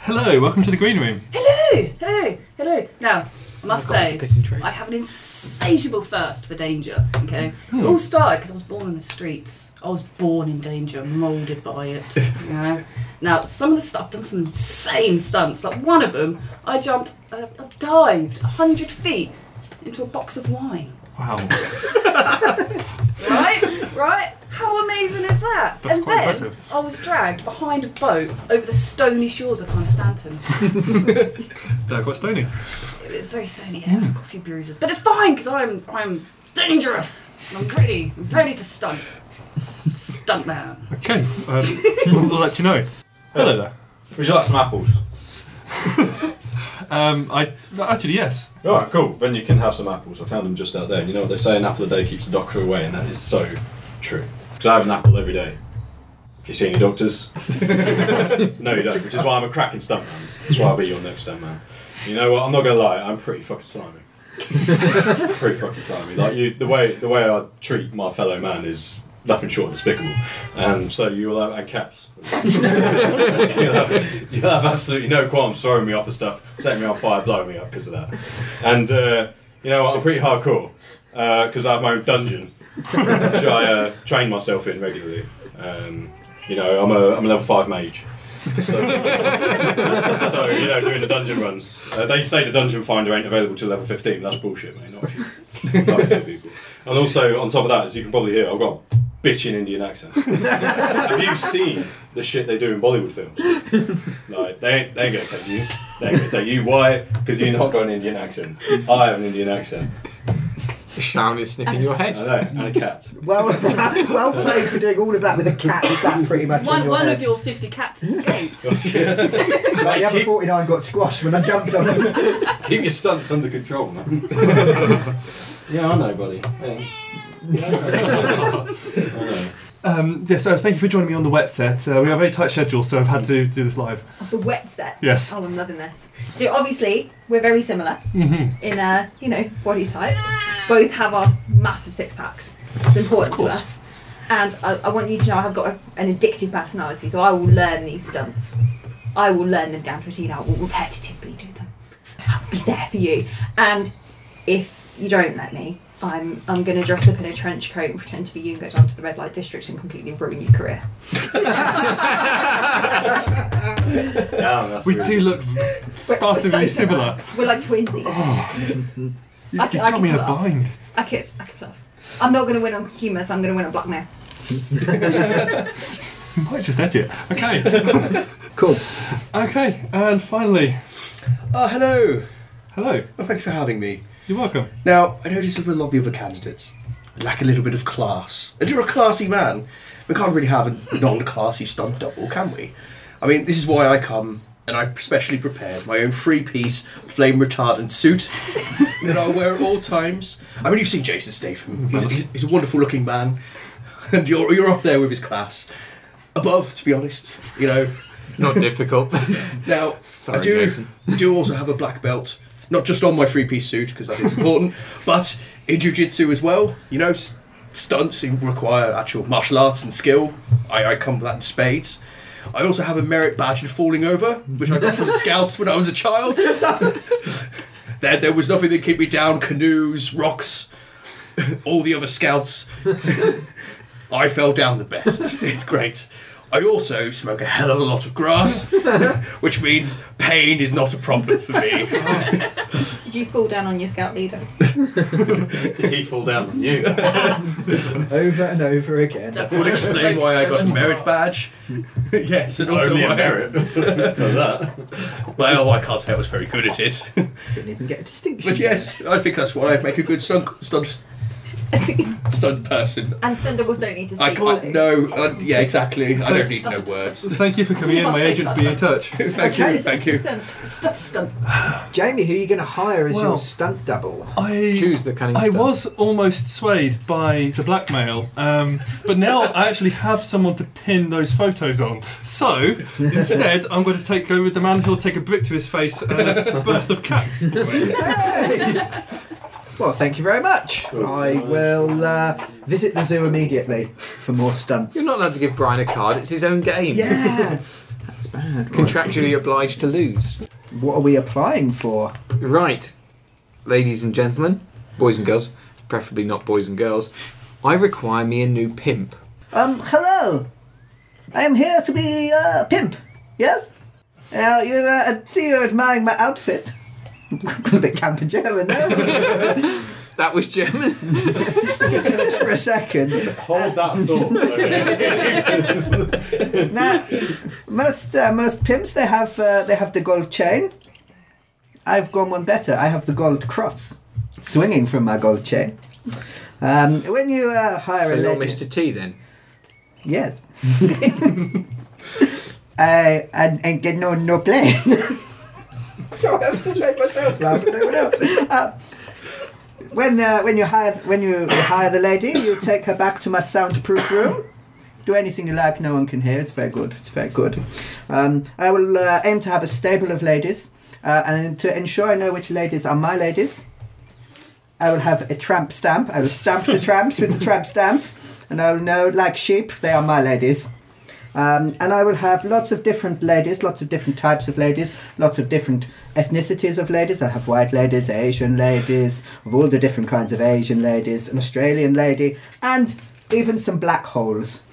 [SPEAKER 3] Hello, welcome to the green room.
[SPEAKER 8] hello, hello, hello. Now, I must
[SPEAKER 4] God, it's
[SPEAKER 8] say,
[SPEAKER 4] a pissing tree.
[SPEAKER 8] I have an insatiable thirst for danger. Okay,
[SPEAKER 3] Hmm.
[SPEAKER 8] it all started because I was born in the streets. I was born in danger, moulded by
[SPEAKER 3] [laughs]
[SPEAKER 8] it. You know? Now, some of the stuff I've done some insane stunts. Like one of them, I jumped, uh, I dived hundred feet into a box of wine.
[SPEAKER 3] Wow. [laughs]
[SPEAKER 8] right? Right? How amazing is that?
[SPEAKER 3] That's
[SPEAKER 8] and
[SPEAKER 3] quite
[SPEAKER 8] then
[SPEAKER 3] impressive.
[SPEAKER 8] I was dragged behind a boat over the stony shores of Hunstanton.
[SPEAKER 3] They're quite stony.
[SPEAKER 8] It was very stony. Yeah, I got a few bruises, but it's fine because I'm I'm dangerous. And I'm ready. I'm ready to stunt. Stunt man.
[SPEAKER 3] Okay, um, we'll, we'll let you know. Hello there.
[SPEAKER 6] Would you like some apples?
[SPEAKER 3] [laughs] Um, I Actually, yes.
[SPEAKER 6] Alright, cool. Then you can have some apples. I found them just out there. And you know what they say, an apple a day keeps the doctor away, and that is so true. Because I have an apple every day. Do you see
[SPEAKER 3] [laughs]
[SPEAKER 6] any doctors? no, you don't, which is why I'm a cracking stunt man. That's why I'll be your next stunt man. You know what? I'm not going to lie, I'm pretty fucking slimy. pretty fucking slimy. Like, you, the way the way I treat my fellow man is nothing short of despicable. Um, so you'll have, and cats. [laughs] you'll, have, you'll have absolutely no qualms throwing me off of stuff, setting me on fire, blowing me up because of that. And uh, you know what? I'm pretty hardcore because I have my own dungeon, which I uh, train myself in regularly. Um, you know, I'm a I'm a level five mage. So, so you know, doing the dungeon runs. Uh, they say the dungeon finder ain't available till level fifteen. That's bullshit, mate. Not if you, not if you know people. And also on top of that, as you can probably hear, I've got a bitching Indian accent. Have you seen the shit they do in Bollywood films? Like they ain't, they ain't gonna take you. They ain't gonna take you. Why? Because you're not got an Indian accent. I have an Indian accent.
[SPEAKER 4] Shaun is sniffing your
[SPEAKER 6] I
[SPEAKER 4] head.
[SPEAKER 6] know, and
[SPEAKER 3] [laughs]
[SPEAKER 6] a cat.
[SPEAKER 1] Well, [laughs] well played for doing all of that with a cat sat pretty much on
[SPEAKER 8] One,
[SPEAKER 1] your
[SPEAKER 8] one
[SPEAKER 1] head.
[SPEAKER 8] of your 50 cats
[SPEAKER 1] [laughs]
[SPEAKER 8] escaped.
[SPEAKER 1] Right, the other
[SPEAKER 6] keep,
[SPEAKER 1] 49 got squashed when I jumped on them.
[SPEAKER 6] keep your stunts under control, man. [laughs] yeah, I know, buddy. Yeah. I know.
[SPEAKER 3] [laughs] Um, yeah, so thank you for joining me on the wet set. Uh, we have a very tight schedule, so I've had to do this live.
[SPEAKER 7] The wet set.
[SPEAKER 3] Yes. Mm-hmm.
[SPEAKER 7] Oh, I'm loving this. So obviously, we're very similar
[SPEAKER 6] Mm-hmm.
[SPEAKER 3] [laughs]
[SPEAKER 7] in, uh, you know, body types. Both have our massive six packs. It's important to
[SPEAKER 3] course.
[SPEAKER 7] us. And I, I want you to know I have got a, an addictive personality, so I will learn these stunts. I will learn them down to a T. and I will repetitively do them. I'll be there for you. And if you don't let me, I'm I'm going to dress up in a trench coat and pretend to be you and go down to the red light district and completely ruin your
[SPEAKER 3] [laughs]
[SPEAKER 7] career.
[SPEAKER 6] Damn, that's
[SPEAKER 3] We
[SPEAKER 6] really-
[SPEAKER 3] do look startlingly similar. Oh.
[SPEAKER 7] We're like twinsies.
[SPEAKER 6] Oh.
[SPEAKER 3] You
[SPEAKER 7] I
[SPEAKER 3] have
[SPEAKER 7] can- I
[SPEAKER 3] got
[SPEAKER 7] can
[SPEAKER 3] me in a
[SPEAKER 7] pull up.
[SPEAKER 3] bind.
[SPEAKER 7] I could, I could bluff. I'm not going to win on humour, so I'm going to win on blackmail.
[SPEAKER 3] You might just edge it. Okay.
[SPEAKER 6] [laughs]
[SPEAKER 1] Cool.
[SPEAKER 3] okay, and finally,
[SPEAKER 2] Oh, hello.
[SPEAKER 3] hello.
[SPEAKER 2] Oh, thanks for having me.
[SPEAKER 3] You're welcome.
[SPEAKER 2] Now, I noticed that a lot of the other candidates lack a little bit of class. And you're a classy man. We can't really have
[SPEAKER 3] [laughs]
[SPEAKER 2] a non classy stunt double, can we? I mean, this is why I come and I've specially prepared my own three piece flame
[SPEAKER 3] [laughs]
[SPEAKER 2] retardant suit that I'll wear at all times. I mean, you've seen Jason Statham, he's, he's, he's a wonderful looking man. [laughs] And you're, you're up there with his class. Above, to be honest, you know.
[SPEAKER 4] Not difficult.
[SPEAKER 2] [laughs] Now,
[SPEAKER 4] Sorry,
[SPEAKER 2] I do,
[SPEAKER 4] Jason.
[SPEAKER 2] do also have a black belt, not just on my three piece suit, because that is
[SPEAKER 4] [laughs]
[SPEAKER 2] important, but in jiu jitsu as well. You know, s- stunts require actual martial arts and skill. I, I come with that in spades. I also have a merit badge in falling over, which I got from the scouts when I was a child. there, there was nothing that kept me down canoes, rocks, all the other scouts. I fell down the best. It's great. I also smoke a hell of a lot of grass, which means pain is not a problem for me.
[SPEAKER 7] Did you fall down on your scout leader?
[SPEAKER 6] Did he fall down on you? [laughs]
[SPEAKER 2] [laughs]
[SPEAKER 1] Over and over again.
[SPEAKER 8] That's
[SPEAKER 2] Would
[SPEAKER 8] why I
[SPEAKER 2] explain
[SPEAKER 8] smoke
[SPEAKER 2] why I
[SPEAKER 8] so
[SPEAKER 2] got a
[SPEAKER 8] much
[SPEAKER 2] merit
[SPEAKER 8] grass.
[SPEAKER 2] badge. [laughs] yes, and also
[SPEAKER 6] Only
[SPEAKER 2] why
[SPEAKER 6] a
[SPEAKER 2] [laughs]
[SPEAKER 6] merit. So that.
[SPEAKER 2] Well, I can't say I was very good at it,
[SPEAKER 1] Didn't even get a distinction.
[SPEAKER 2] but yes, I think that's why I make a good stunt stunt stunt person.
[SPEAKER 7] And stun doubles don't need to
[SPEAKER 2] I
[SPEAKER 7] speak.
[SPEAKER 2] can't.
[SPEAKER 7] do they?
[SPEAKER 2] No. I, yeah, exactly. I don't need no
[SPEAKER 8] Stunt.
[SPEAKER 2] words.
[SPEAKER 3] Thank you for coming in. My agent will be in touch.
[SPEAKER 2] [laughs] Thank
[SPEAKER 1] Okay.
[SPEAKER 2] you.
[SPEAKER 7] It's
[SPEAKER 2] Thank
[SPEAKER 7] just
[SPEAKER 2] you.
[SPEAKER 7] a stunt.
[SPEAKER 8] Stunt, stunt.
[SPEAKER 1] Jamie, who are you going to hire as
[SPEAKER 3] Well-
[SPEAKER 1] your stunt double?
[SPEAKER 3] I
[SPEAKER 4] Choose the cunning
[SPEAKER 3] I
[SPEAKER 4] stunt.
[SPEAKER 3] was almost swayed by the blackmail, um, but now I actually have someone to pin those photos on. So instead, I'm going to take go with the man who'll take a brick to his face and a birth of cats.
[SPEAKER 1] Hey! well, thank you very much. I will uh, visit the zoo immediately for more stunts.
[SPEAKER 4] You're not allowed to give Brian a card. It's his own game.
[SPEAKER 1] Yeah! That's bad.
[SPEAKER 4] Contractually obliged to lose.
[SPEAKER 1] What are we applying for?
[SPEAKER 4] Right, ladies and gentlemen, boys and girls, preferably not boys and girls. I require me a new pimp.
[SPEAKER 1] Um, hello. I am here to be uh, pimp. Yes. Uh, you uh, I see you're admiring my outfit. [laughs] It's a bit camp and German, no?
[SPEAKER 4] That was German.
[SPEAKER 1] [laughs] Just for a second.
[SPEAKER 6] Hold that thought.
[SPEAKER 1] [laughs] Now, most uh, most pimps they have uh, they have the gold chain. I've gone one better. I have the gold cross, swinging from my gold chain. Um, when you uh, hire
[SPEAKER 4] So
[SPEAKER 1] a
[SPEAKER 4] not
[SPEAKER 1] lady,
[SPEAKER 4] Mr. T then.
[SPEAKER 1] yes. I I ain't get no no play. [laughs] so I've just made myself laugh and no one else. Uh, when uh, when you hire when you hire the lady, you take her back to my soundproof room. Do anything you like, no one can hear. It's very good. It's very good. Um, I will uh, aim to have a stable of ladies, uh, and to ensure I know which ladies are my ladies, I will have a tramp stamp. I will stamp the tramps with the tramp stamp, and I will know, like sheep, they are my ladies. Um, and I will have lots of different ladies, lots of different types of ladies, lots of different ethnicities of ladies. I'll have white ladies, Asian ladies, of all the different kinds of Asian ladies, an Australian lady, and even some black holes. [laughs]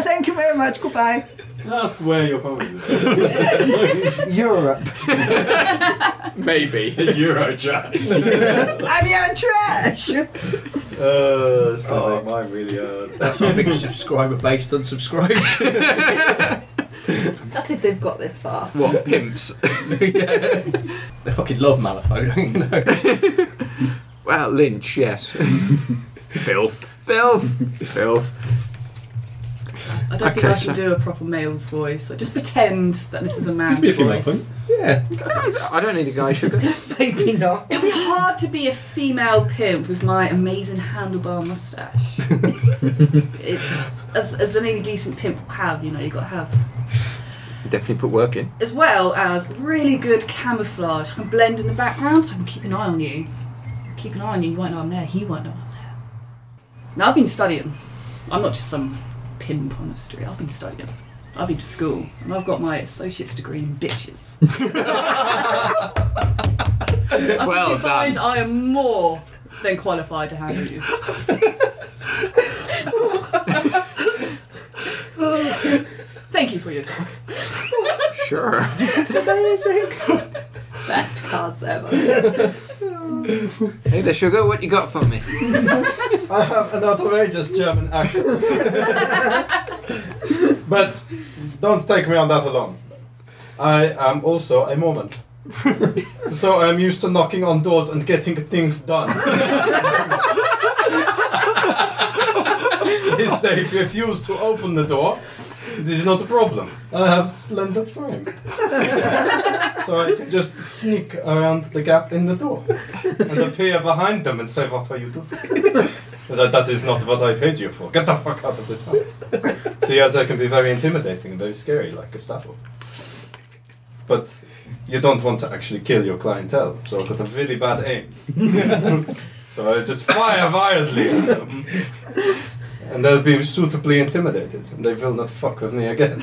[SPEAKER 1] Thank you very much. Goodbye.
[SPEAKER 6] Ask where you're from.
[SPEAKER 1] Europe.
[SPEAKER 4] Maybe.
[SPEAKER 6] Euro
[SPEAKER 3] [laughs]
[SPEAKER 6] trash.
[SPEAKER 1] I'm your trash.
[SPEAKER 6] Uh, it's gonna
[SPEAKER 2] Oh.
[SPEAKER 6] make mine really uh, hard.
[SPEAKER 2] That's our big subscriber based unsubscribed.
[SPEAKER 7] That's if they've got this
[SPEAKER 2] [laughs]
[SPEAKER 7] far.
[SPEAKER 4] What pimps?
[SPEAKER 2] yeah. They fucking love Malifaux, don't you know?
[SPEAKER 4] [laughs] Well, Lynch,
[SPEAKER 2] [laughs]
[SPEAKER 4] yes. Filth. Filth. Filth.
[SPEAKER 8] I don't think I
[SPEAKER 4] Okay,
[SPEAKER 8] can
[SPEAKER 4] so-
[SPEAKER 8] do a proper male's voice. I just pretend that this is a man's
[SPEAKER 6] be a female
[SPEAKER 8] voice.
[SPEAKER 2] Yeah.
[SPEAKER 4] I don't need a guy sugar.
[SPEAKER 1] [laughs] Maybe not.
[SPEAKER 8] It'd be hard to be a female pimp with my amazing handlebar mustache.
[SPEAKER 1] [laughs]
[SPEAKER 8] it, as, as any decent pimp will have, you know, you've got to have.
[SPEAKER 4] Definitely put work in.
[SPEAKER 8] As well as really good camouflage. I can blend in the background so I can keep an eye on you. Keep an eye on you, you won't know I'm there, he won't know I'm there. Now, I've been studying. I'm not just some pimp on the street, I've been studying. I've been to school, and I've got my associate's degree in bitches.
[SPEAKER 4] [laughs]
[SPEAKER 8] I
[SPEAKER 4] Well
[SPEAKER 8] well find
[SPEAKER 4] done.
[SPEAKER 8] I am more than qualified to handle
[SPEAKER 4] [laughs]
[SPEAKER 8] you. Thank you for your time.
[SPEAKER 4] Sure.
[SPEAKER 7] Best cards ever.
[SPEAKER 4] Hey there, sugar. What you got for
[SPEAKER 1] [laughs]
[SPEAKER 4] me?
[SPEAKER 6] I have another outrageous German accent. [laughs] but don't take me on that alone. I am also a Mormon. [laughs] so I'm used to knocking on doors and getting things [laughs] done. if they refuse to open the door, this is not a problem. I have slender frame. [laughs] so I can just sneak around the gap in the door and appear behind them and say, What are you doing? That, that is not what I paid you for. Get the fuck out of this house. [laughs] See, as I can be very intimidating and very scary, like Gestapo. But you don't want to actually kill your clientele, so I've got a really bad aim. [laughs] so I just fire wildly at them. And they'll be suitably intimidated, and they will not fuck with me [laughs] again.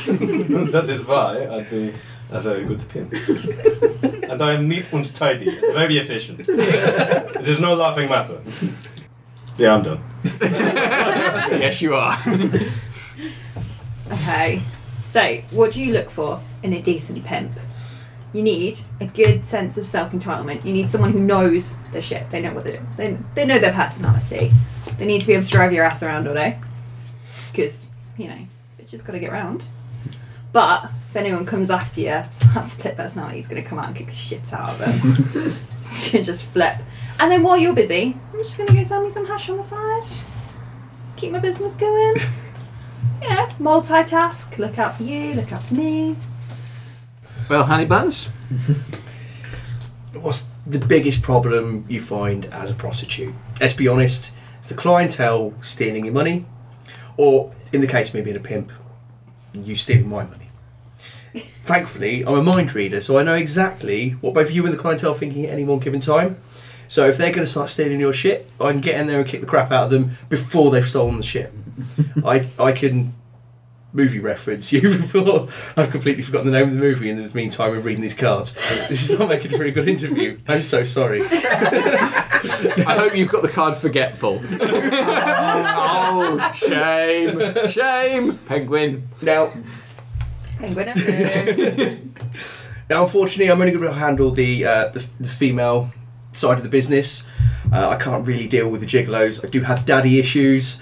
[SPEAKER 6] that is why I'd be a very good pimp. and I am neat and tidy, and very [laughs] efficient. it is no laughing matter. Yeah, I'm done.
[SPEAKER 4] [laughs] yes, you are.
[SPEAKER 7] Okay. So, what do you look for in a decent pimp? You need a good sense of self entitlement. You need someone who knows their shit. They know what they're doing. They, they know their personality. They need to be able to drive your ass around all day. Because, you know, it's just got to get round. But if anyone comes after you, [laughs] that split personality is going to come out and kick the shit out of them. [laughs] so you just flip. And then while you're busy, I'm just going to go sell me some hash on the side. Keep my business going. you know, multitask, look out for you, look out for me.
[SPEAKER 4] Well, honey buns.
[SPEAKER 2] What's the biggest problem you find as a prostitute? Let's be honest, it's the clientele stealing your money, or in the case of me being a pimp, you stealing my money. Thankfully, I'm a mind reader, so I know exactly what both you and the clientele are thinking at any one given time. So if they're going to start stealing your shit, I can get in there and kick the crap out of them before they've stolen the shit. I, I can movie reference you [laughs] before. I've completely forgotten the name of the movie in the meantime I'm reading these cards. This is not making a very good interview. I'm so
[SPEAKER 4] [laughs]
[SPEAKER 2] sorry.
[SPEAKER 4] I hope you've got the card
[SPEAKER 2] [laughs]
[SPEAKER 4] forgetful. oh, shame. Shame. Penguin.
[SPEAKER 2] Now,
[SPEAKER 7] Penguin and Pooh.
[SPEAKER 2] now unfortunately, I'm only going to handle the, uh, the the female side of the business. Uh, I can't really deal with the gigolos. I do have daddy issues.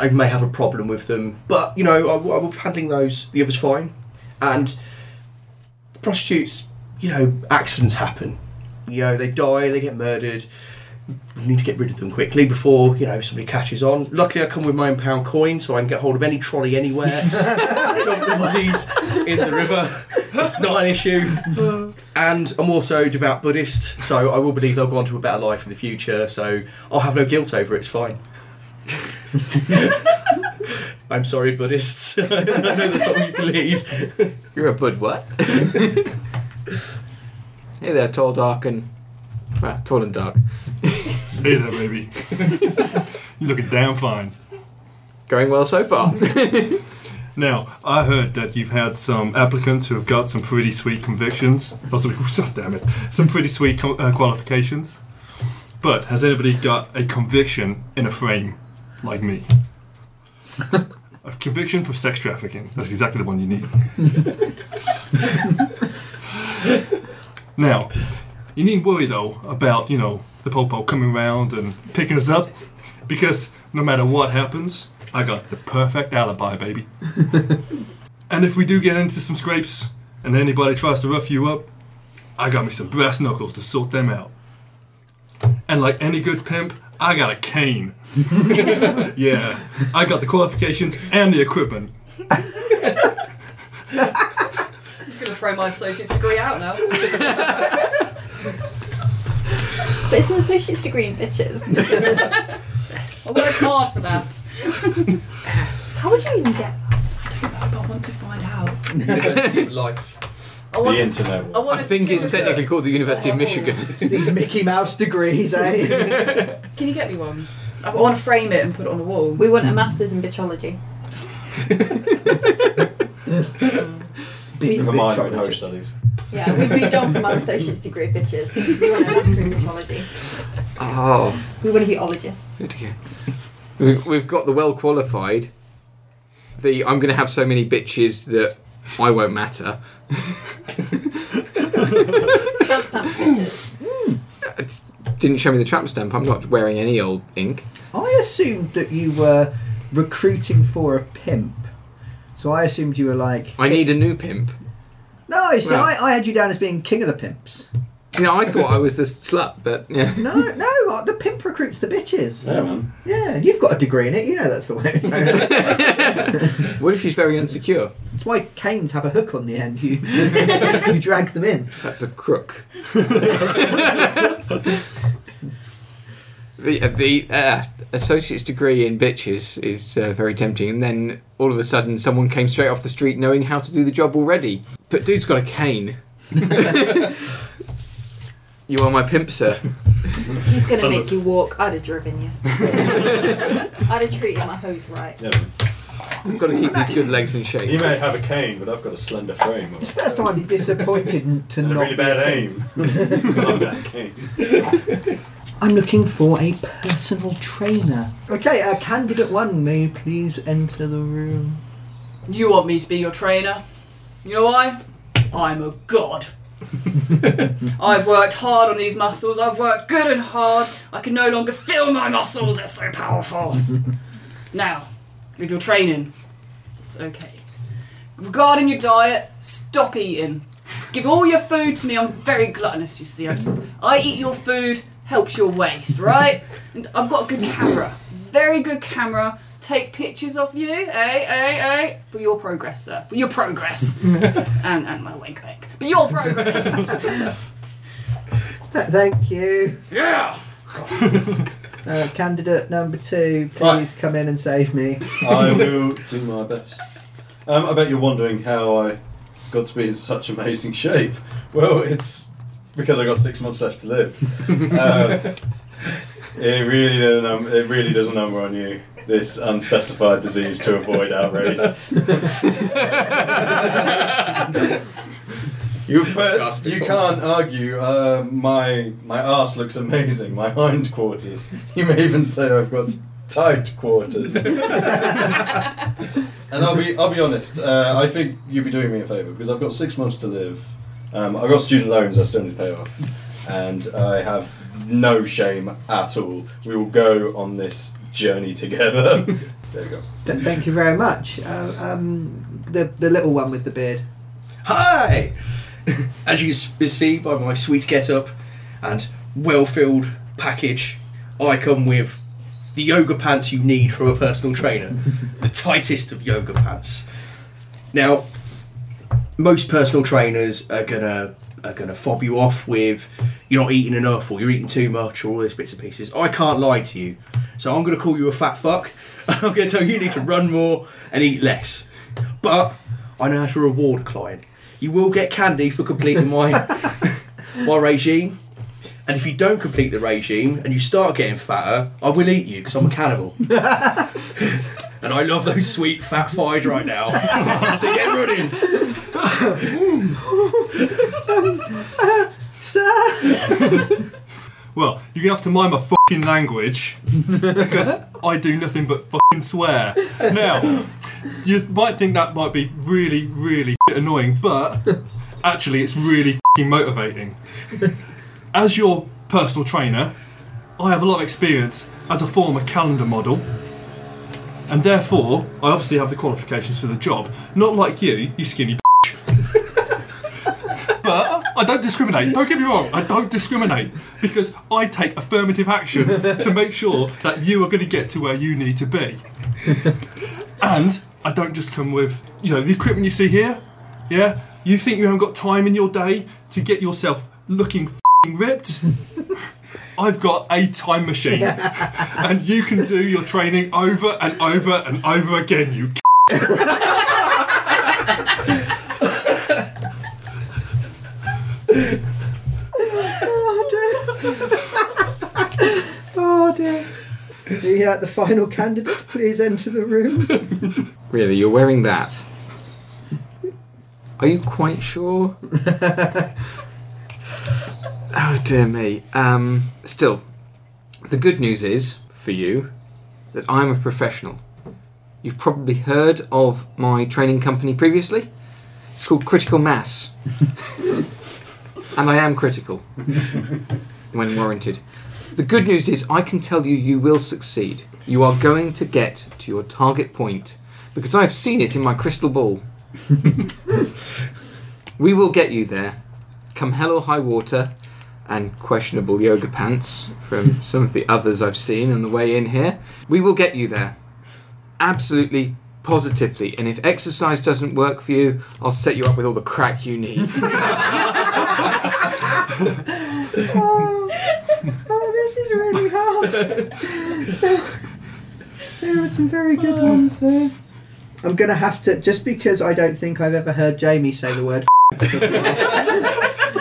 [SPEAKER 2] I may have a problem with them, but you know, I, w- I will be handling those. The others fine, and prostitutes, you know, accidents happen. You know, they die, they get murdered. We need to get rid of them quickly before you know somebody catches on. Luckily, I come with my own pound coin, so I can get hold of any trolley anywhere. Dump the bodies [laughs] in the river. It's not an issue. And I'm also devout Buddhist, so I will believe they'll go on to a better life in the future. So I'll have no guilt over it. It's fine. [laughs] I'm sorry, Buddhists. [laughs] I know that's not what you believe.
[SPEAKER 4] You're a bud what? hey there, tall, dark, and. Well, tall and dark.
[SPEAKER 3] Hey there, baby. You're looking damn fine.
[SPEAKER 4] Going well so far.
[SPEAKER 3] Now, I heard that you've had some applicants who have got some pretty sweet convictions. Oh, sorry, [laughs] God damn it. Some pretty sweet co- uh, qualifications. But has anybody got a conviction in a frame like me? a conviction for sex trafficking. That's exactly the one you need. now, you needn't worry though about, you know, the popo coming round and picking us up. because no matter what happens, I got the perfect alibi, baby. and if we do get into some scrapes and anybody tries to rough you up, I got me some brass knuckles to sort them out. And like any good pimp, I got a cane. [laughs] yeah, I got the qualifications and the equipment.
[SPEAKER 8] I'm just going to throw my associate's degree out
[SPEAKER 7] [laughs]
[SPEAKER 8] now.
[SPEAKER 7] [laughs] But it's an associate's degree in [laughs] bitches.
[SPEAKER 8] I worked hard for that.
[SPEAKER 7] How would you even get that?
[SPEAKER 8] I don't know, but I want to find out.
[SPEAKER 2] University of Life.
[SPEAKER 8] I want,
[SPEAKER 6] The internet.
[SPEAKER 8] I, want
[SPEAKER 4] I
[SPEAKER 8] a
[SPEAKER 4] think it's
[SPEAKER 8] certificate.
[SPEAKER 4] technically called the University of Michigan.
[SPEAKER 1] These Mickey Mouse degrees, eh? [laughs]
[SPEAKER 8] Can you get me one? I want to frame it and put it on the wall.
[SPEAKER 7] We want a master's in bitchology.
[SPEAKER 1] Bit of
[SPEAKER 6] Never mind,
[SPEAKER 1] bitch
[SPEAKER 6] I'd host
[SPEAKER 1] on it.
[SPEAKER 6] studies.
[SPEAKER 7] Yeah, we've moved on from our associate's degree in bitches. We want a master in bitchology.
[SPEAKER 4] oh,
[SPEAKER 7] We want to be ologists.
[SPEAKER 4] good again. We- We've got the well qualified. The I'm going to have so many bitches that I won't matter.
[SPEAKER 7] Tramp stamp bitches.
[SPEAKER 4] It didn't show me the tramp stamp. I'm not wearing any old ink.
[SPEAKER 1] I assumed that you were recruiting for a pimp. So I assumed you were like.
[SPEAKER 4] I need a new pimp.
[SPEAKER 1] No, so
[SPEAKER 4] Well-
[SPEAKER 1] I, I had you down as being king of the pimps.
[SPEAKER 4] You know, I thought I was the slut, but yeah. [laughs]
[SPEAKER 1] No, no, uh, the pimp recruits the bitches.
[SPEAKER 6] Yeah, man.
[SPEAKER 1] Yeah, and you've got a degree in it. You know that's the way.
[SPEAKER 4] [laughs] What if she's very insecure?
[SPEAKER 1] That's why canes have a hook on the end. You [laughs] you drag them in.
[SPEAKER 4] That's a crook. [laughs] the uh, the uh, associate's degree in bitches is uh, very tempting, and then all of a sudden someone came straight off the street knowing how to do the job already. But dude's got a cane. [laughs] you are my pimp, sir.
[SPEAKER 7] He's going to make you walk. I'd have driven you. I'd have treated my hose right.
[SPEAKER 6] Yeah.
[SPEAKER 4] I've got to keep these good legs in shape.
[SPEAKER 6] You may have a cane, but I've got a slender frame. [laughs]
[SPEAKER 1] It's the first time I'm disappointed n- to
[SPEAKER 6] and a
[SPEAKER 1] not.
[SPEAKER 6] really
[SPEAKER 1] be a
[SPEAKER 6] bad
[SPEAKER 1] pimp.
[SPEAKER 6] aim. [laughs] I'm that cane.
[SPEAKER 1] I'm looking for a personal trainer. Okay, uh, candidate one, may you please enter the room.
[SPEAKER 8] You want me to be your trainer? You know why? I'm a god. I've worked hard on these muscles. I've worked good and hard. I can no longer feel my muscles. They're so powerful. now, with your training, it's okay. Regarding your diet, stop eating. Give all your food to me. I'm very gluttonous, you see. I, s- I eat your food, helps your waist, right? And I've got a good camera. Very good camera. Take pictures of you, eh, eh, eh? For your progress, sir. For your progress. and, and my wink wink. But your progress.
[SPEAKER 1] Th-
[SPEAKER 4] [laughs]
[SPEAKER 1] thank you.
[SPEAKER 8] yeah!
[SPEAKER 1] Uh, candidate number two, please
[SPEAKER 6] Right.
[SPEAKER 1] come in and save me.
[SPEAKER 6] I [laughs] will do my best. Um, I bet you're wondering how I got to be in such amazing shape. Well, it's because I got six months left to [laughs] live. Uh, it really does a num- it really does a number on you. This unspecified disease to avoid outrage. You but you can't argue. Uh, my my ass looks amazing. My [laughs] hindquarters. You may even say I've got tight quarters. and I'll be I'll be honest. Uh, I think you'd be doing me a favour because I've got six months to live. Um, I've got student loans I still need to pay off, and I have no shame at all. We will go on this journey together. there you go.
[SPEAKER 1] Th- thank you very much. Uh, um, the the little one with the beard.
[SPEAKER 2] Hi! As you s- see by my sweet get up and well filled package, I come with the yoga pants you need from a personal trainer. the tightest of yoga pants. Now, most personal trainers are gonna are gonna fob you off with you're not eating enough or you're eating too much or all those bits and pieces. I can't lie to you. So I'm gonna call you a fat fuck. [laughs] I'm gonna tell you you need to run more and eat less. But I know how to reward client. You will get candy for completing my my regime. And if you don't complete the regime and you start getting fatter, I will eat you because I'm a cannibal. and I love those sweet fat thighs right now.
[SPEAKER 9] [laughs]
[SPEAKER 2] so get running.
[SPEAKER 1] [laughs] Sir! [laughs] Oh,
[SPEAKER 3] Well, you're gonna have to mind my fucking language because I do nothing but fucking swear. Now, you might think that might be really, really annoying, but actually, it's really fucking motivating. As your personal trainer, I have a lot of experience as a former calendar model, and therefore I obviously have the qualifications for the job. Not like you, you skinny. b****. but I don't discriminate. Don't get me wrong, I don't discriminate because I take affirmative action to make sure that you are going to get to where you need to be. And I don't just come with, you know, the equipment you see here. Yeah, you think you haven't got time in your day to get yourself looking fing ripped? I've got a time machine, and you can do your training over and over and over again. You.
[SPEAKER 1] Oh dear. oh dear. The, uh, the final candidate, please enter the room.
[SPEAKER 4] Really, you're wearing that? Are you quite sure? oh dear me. Um, still, the good news is for you that I'm a professional. You've probably heard of my training company previously. It's called Critical Mass, and I am critical when warranted. The good news is I can tell you you will succeed. You are going to get to your target point because I've seen it in my crystal ball. [laughs] we will get you there. Come hell or high water and questionable yoga pants from some of the others I've seen on the way in here. We will get you there. Absolutely positively. And if exercise doesn't work for you, I'll set you up with all the crack you need. [laughs]
[SPEAKER 1] Oh, oh this is really hard. [laughs] there were some very good ones there. I'm going to have to, just because I don't think I've ever heard Jamie say the word [laughs]
[SPEAKER 6] [laughs]
[SPEAKER 1] before,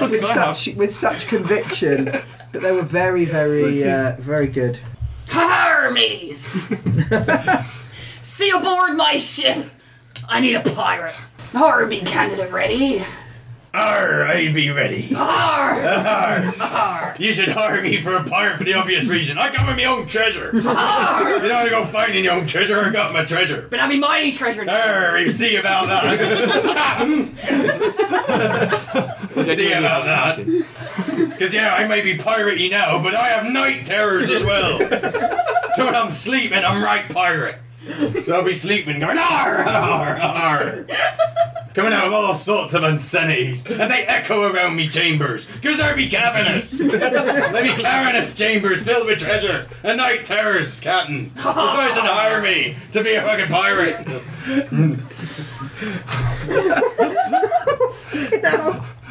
[SPEAKER 1] with,
[SPEAKER 3] I have.
[SPEAKER 1] such, with such conviction, but they were very, very, uh, very good.
[SPEAKER 8] Hermes! See aboard my ship! I need a pirate. Arr, be candidate ready.
[SPEAKER 10] Arr, I be ready.
[SPEAKER 8] Arr!
[SPEAKER 10] Arr. [laughs] You should hire me for a pirate for the obvious reason. I come with my own
[SPEAKER 1] [laughs]
[SPEAKER 10] treasure. you don't want to go finding your own treasure. I got my treasure.
[SPEAKER 8] But I be mighty treasure.
[SPEAKER 10] Arr, you see about that. Captain. see about that. Because, yeah, I may be piratey now, but I have night terrors as well. so when I'm sleeping, I'm right pirate. So I'll be sleeping going, arr, arr, arr. Coming out of all sorts of insanities, and they echo around me chambers, because they be cavernous. they be cavernous chambers filled with treasure and night terrors, Captain. That's why you should hire me to be a fucking pirate.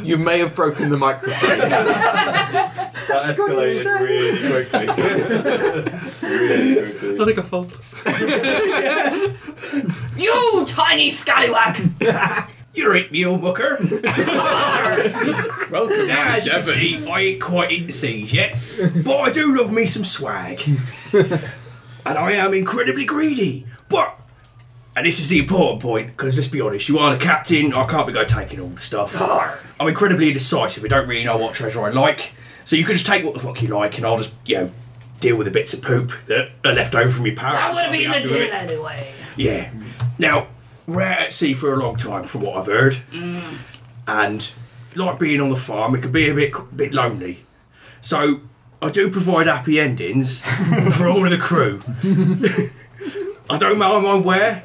[SPEAKER 4] you may have broken the [laughs] microphone.
[SPEAKER 6] That escalated really quickly. really quickly.
[SPEAKER 3] I think I fold.
[SPEAKER 8] [laughs] You tiny scallywag!
[SPEAKER 2] You're right, me old mucker.
[SPEAKER 11] [laughs]
[SPEAKER 2] Welcome now, as you can
[SPEAKER 10] Devon.
[SPEAKER 2] see, I ain't quite into seas yet, but I do love me some swag. and I am incredibly greedy, but. And this is the important point, because let's be honest, you are the captain, I can't be going taking all the stuff. I'm incredibly indecisive, I don't really know what treasure I like, so you can just take what the fuck you like, and I'll just, you know, deal with the bits of poop that are left over from your power.
[SPEAKER 8] That would have
[SPEAKER 2] I'll be
[SPEAKER 8] been the
[SPEAKER 2] happy with
[SPEAKER 8] deal
[SPEAKER 2] it.
[SPEAKER 8] anyway.
[SPEAKER 2] Yeah. Now, we're out at sea for a long time, from what I've heard.
[SPEAKER 8] Mm.
[SPEAKER 2] And like being on the farm, it can be a bit bit lonely. So I do provide happy endings [laughs] for all of the crew. [laughs] I don't mind where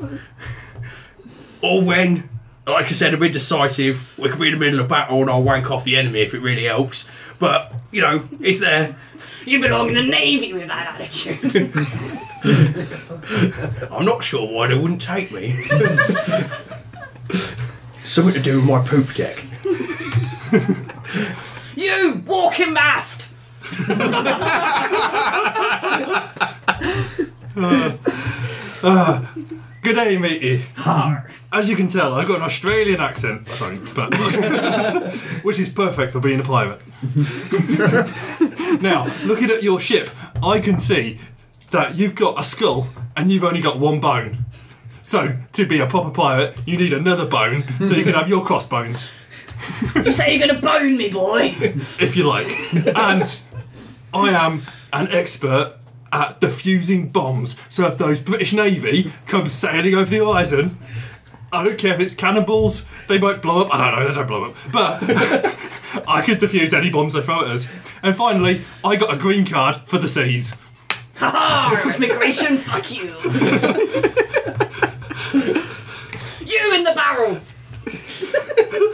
[SPEAKER 2] or when. Like I said, I'm indecisive. We could be in the middle of battle and I'll wank off the enemy if it really helps. But, you know, it's there.
[SPEAKER 8] You belong in the Navy with that attitude.
[SPEAKER 2] [laughs] I'm not sure why they wouldn't take me. [laughs] Something to do with my poop deck.
[SPEAKER 8] You walking
[SPEAKER 2] [laughs]
[SPEAKER 8] mast!
[SPEAKER 3] Uh, Good day, matey.
[SPEAKER 8] Arr.
[SPEAKER 3] As you can tell, I've got an Australian accent. I don't, but [laughs] which is perfect for being a pirate. now, looking at your ship, I can see that you've got a skull and you've only got one bone. So, to be a proper pirate, you need another bone so you can have your crossbones,
[SPEAKER 8] You say you're gonna bone me, boy.
[SPEAKER 3] if you like. And I am an expert at defusing bombs. So, if those British Navy come sailing over the horizon, I don't care if it's cannonballs, they might blow up. I don't know, they don't blow up. But [laughs] I could defuse any bombs they throw at us. And finally, I got a green card for the seas. [laughs]
[SPEAKER 8] Ha ha! Immigration, fuck you! you in the barrel!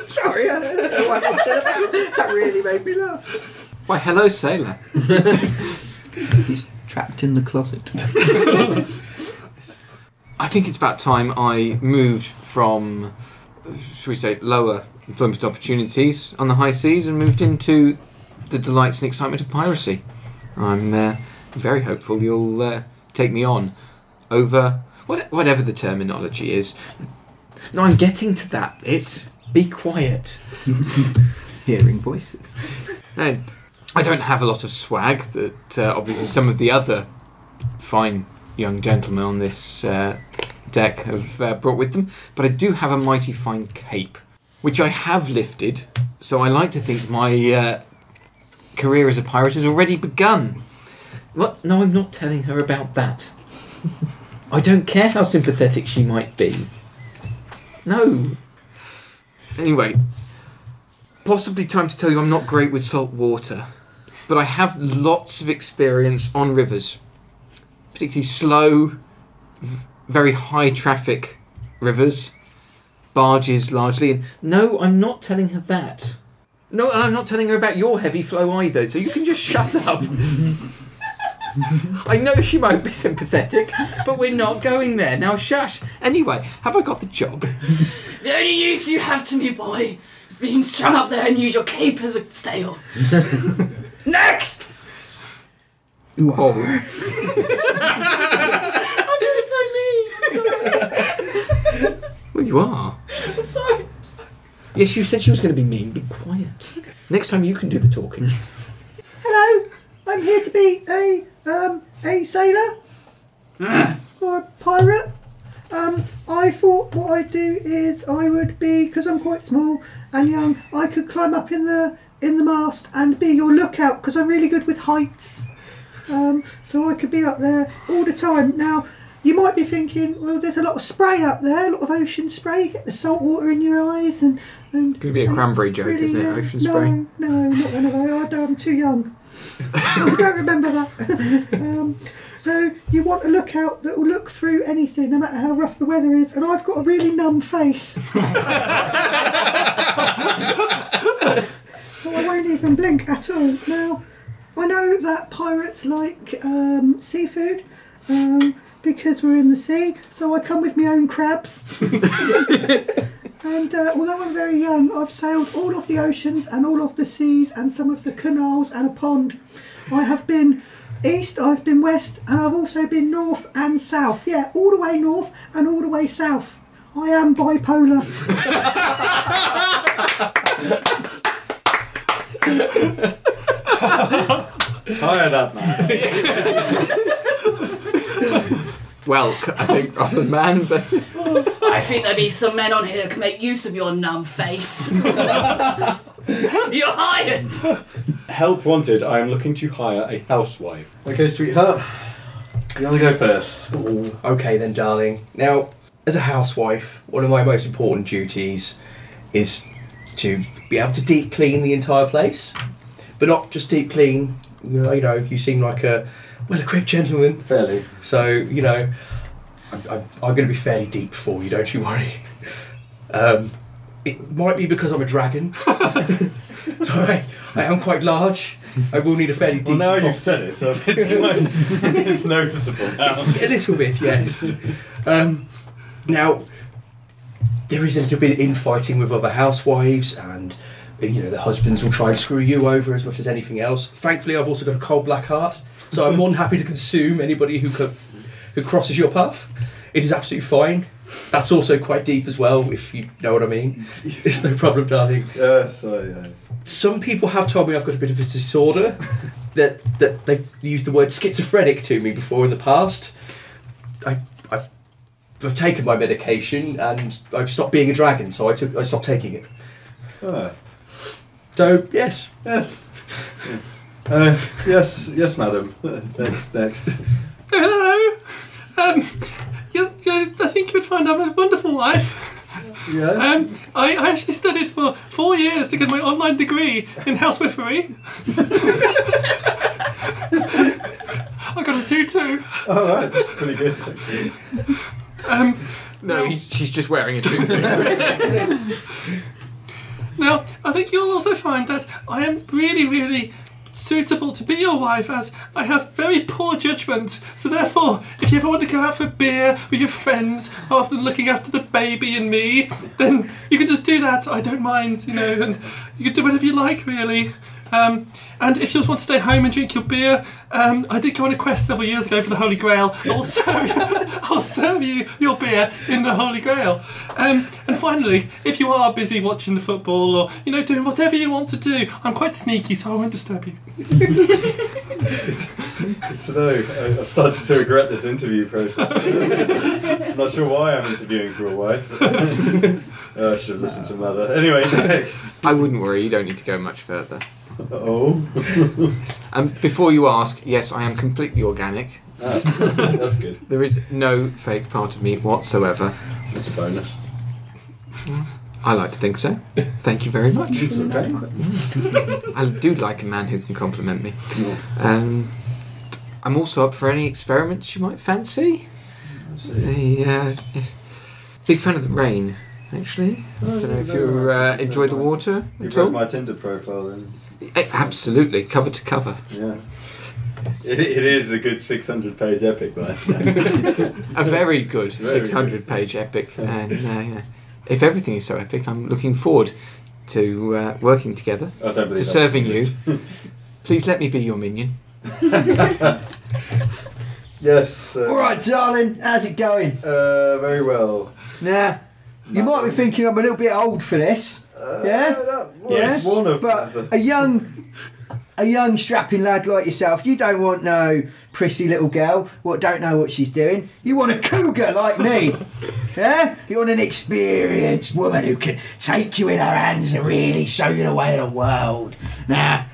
[SPEAKER 9] Sorry, I don't know what I'm said about. That really made me laugh.
[SPEAKER 4] Why, hello, sailor.
[SPEAKER 9] [laughs] He's trapped in the closet.
[SPEAKER 4] [laughs] I think it's about time I moved from, should we say, lower employment opportunities on the high seas and moved into the delights and excitement of piracy. I'm uh, very hopeful you'll uh, take me on over what, whatever the terminology is. No, I'm getting to that bit. Be
[SPEAKER 6] [laughs]
[SPEAKER 4] quiet.
[SPEAKER 9] Hearing voices.
[SPEAKER 4] And I don't have a lot of swag that uh, obviously some of the other fine young gentlemen on this uh, deck have uh, brought with them, but I do have a mighty fine cape, which I have lifted. So I like to think my uh, career as a pirate has already begun. What? No, I'm not telling her about that. I don't care how sympathetic she might be. No. Anyway, possibly time to tell you I'm not great with salt water, but I have lots of experience on rivers, particularly slow, v- very high traffic rivers, barges largely. And no, I'm not telling her that. No, and I'm not telling her about your heavy flow either, so you can just shut up. I know she might be sympathetic, but we're not going there. Now, shush. Anyway, have I got the job?
[SPEAKER 8] The only use you have to me, boy, is being strung up there and use your cape as a sail. Next!
[SPEAKER 4] Oh.
[SPEAKER 8] I'm being so mean. I'm sorry.
[SPEAKER 4] Well, you are.
[SPEAKER 8] I'm sorry.
[SPEAKER 4] Yes, you said she was going to be mean. Be quiet. Next time you can do
[SPEAKER 6] [laughs]
[SPEAKER 4] the talking.
[SPEAKER 9] Hello, I'm here to be a um, a sailor or a pirate. Um, I thought what I'd do is I would be because I'm quite small and young. I could climb up in the in the mast and be your lookout because I'm really good with heights. Um, so I could be up there all the time. Now you might be thinking, well, there's a lot of spray up there, a lot of ocean spray. Get the salt water in your eyes and. and
[SPEAKER 4] Gonna be a cranberry joke, isn't it?
[SPEAKER 9] uh,
[SPEAKER 4] Ocean
[SPEAKER 9] no,
[SPEAKER 4] spray.
[SPEAKER 9] No, not one of those. I- I'm too young. [laughs] I don't remember that. [laughs] um, so you want a lookout that will look through anything, no matter how rough the weather is. And I've got a really numb face, so I won't even blink at all. Now, I know that pirates like um, seafood. Um, because we're in the sea, so I come with my own crabs. And uh, although I'm very young, I've sailed all of the oceans and all of the seas and some of the canals and a pond. I have been east, I've been west, and I've also been north and south. Yeah, all the way north and all the way south. I am bipolar.
[SPEAKER 6] Hire that man.
[SPEAKER 4] Well, I think I'm a man, but
[SPEAKER 8] I think there be some men on here who can make use of your numb face. You're hired!
[SPEAKER 6] Help wanted. I am looking to hire a housewife. Okay, sweetheart. You want to go first?
[SPEAKER 2] Ooh, okay then, darling. Now, as a housewife, one of my most important duties is to be able to deep clean the entire place, but not just deep clean. You know, you, know, you seem like a well-equipped gentleman,
[SPEAKER 6] Fairly.
[SPEAKER 2] so you know I'm, I'm, I'm going to be fairly deep for you. Don't you worry. Um, it might be because I'm a
[SPEAKER 6] [laughs]
[SPEAKER 2] dragon. Sorry, I am quite large. I will need a fairly
[SPEAKER 6] Well,
[SPEAKER 2] decent.
[SPEAKER 6] now
[SPEAKER 2] pot-
[SPEAKER 6] you've said it, so
[SPEAKER 2] [laughs]
[SPEAKER 6] it's, like, it's noticeable now.
[SPEAKER 2] a little bit, yes. Um, now, there is a little bit of infighting with other housewives, and you know the husbands will try and screw you over as much as anything else. Thankfully, I've also got a cold black heart, so I'm more than happy to consume anybody who co- who crosses your path. It is absolutely fine. That's also quite deep as well, if you know what I
[SPEAKER 6] [laughs]
[SPEAKER 2] mean. It's no problem, darling
[SPEAKER 6] Yeah, so yeah.
[SPEAKER 2] some people have told me I've got a bit of a
[SPEAKER 6] [laughs]
[SPEAKER 2] disorder that that they've used the word schizophrenic to me before in the past. I I've, I've taken my medication and I've stopped being a dragon, so I took I stopped taking it.
[SPEAKER 6] Ah,
[SPEAKER 2] So yes,
[SPEAKER 6] yes. Uh, yes, yes, madam. [laughs] Next, next.
[SPEAKER 5] Hello. Um, you, you, I think you'd find I have a wonderful life.
[SPEAKER 6] Yeah.
[SPEAKER 5] Um, I, I actually studied for four years to get my online degree
[SPEAKER 2] [laughs]
[SPEAKER 5] in housewifery. [laughs] I got a 2 tutu.
[SPEAKER 6] Oh, right, that's pretty good.
[SPEAKER 5] Um,
[SPEAKER 4] No, he, she's just wearing a tutu.
[SPEAKER 6] [laughs]
[SPEAKER 5] Now, I think you'll also find that I am really, really suitable to be your wife as I have very poor judgment. So, therefore, if you ever want to go out for beer with your friends after looking after the baby and me, then you can just do that. I don't mind, you know, and you can do whatever you like, really. Um, and if you just want to stay home and drink your beer, um, I did go on a quest several years ago for the Holy
[SPEAKER 1] [laughs]
[SPEAKER 5] Grail. I'll serve you, I'll serve you your beer in the Holy Grail. Um, and finally, if you are busy watching the football or you know doing whatever you want to do, I'm quite sneaky, so I won't disturb you.
[SPEAKER 6] Good to know. I- I've started to regret this interview process. [laughs] Not sure why I'm interviewing for a wife. [laughs] Oh, I should have listened to mother. Anyway, [laughs] next.
[SPEAKER 4] I wouldn't worry. You don't need to go much further.
[SPEAKER 6] Oh,
[SPEAKER 4] [laughs] And before you ask, yes, I am completely organic.
[SPEAKER 6] Ah, [laughs] that's good.
[SPEAKER 4] There is no fake part of me whatsoever.
[SPEAKER 6] That's a bonus.
[SPEAKER 4] I like to think so. Thank you very much.
[SPEAKER 6] It's okay.
[SPEAKER 4] I do like a man who can compliment me. Um, I'm also up for any experiments you might fancy. The, uh, big fan of the rain, actually.
[SPEAKER 6] Oh,
[SPEAKER 4] I don't know if you uh, enjoy the water
[SPEAKER 6] You
[SPEAKER 4] at
[SPEAKER 6] broke
[SPEAKER 4] all.
[SPEAKER 6] my Tinder profile then.
[SPEAKER 4] Eh, Absolutely, cover to cover.
[SPEAKER 6] Yeah. It, it is a good 600 page epic, right?
[SPEAKER 4] A very good
[SPEAKER 6] Very
[SPEAKER 4] 600 page epic. And uh, yeah. if everything is so epic, I'm looking forward to uh, working together,
[SPEAKER 6] I don't believe
[SPEAKER 4] to
[SPEAKER 6] that. [laughs]
[SPEAKER 4] serving you. Please let me be your minion.
[SPEAKER 6] Yes. Uh,
[SPEAKER 11] All right, darling, how's it going?
[SPEAKER 6] Uh, very well.
[SPEAKER 11] Nah, you might be thinking I'm a little bit old for this.
[SPEAKER 6] Uh,
[SPEAKER 11] Yeah?
[SPEAKER 6] That was
[SPEAKER 11] Yes,
[SPEAKER 6] one of
[SPEAKER 11] but
[SPEAKER 6] the-
[SPEAKER 11] a young, a young strapping lad like yourself, you don't want no prissy little girl what don't know what she's doing. You want a cougar like me, yeah? You want an experienced woman who can take you in her hands and really show you the way of the world. Now,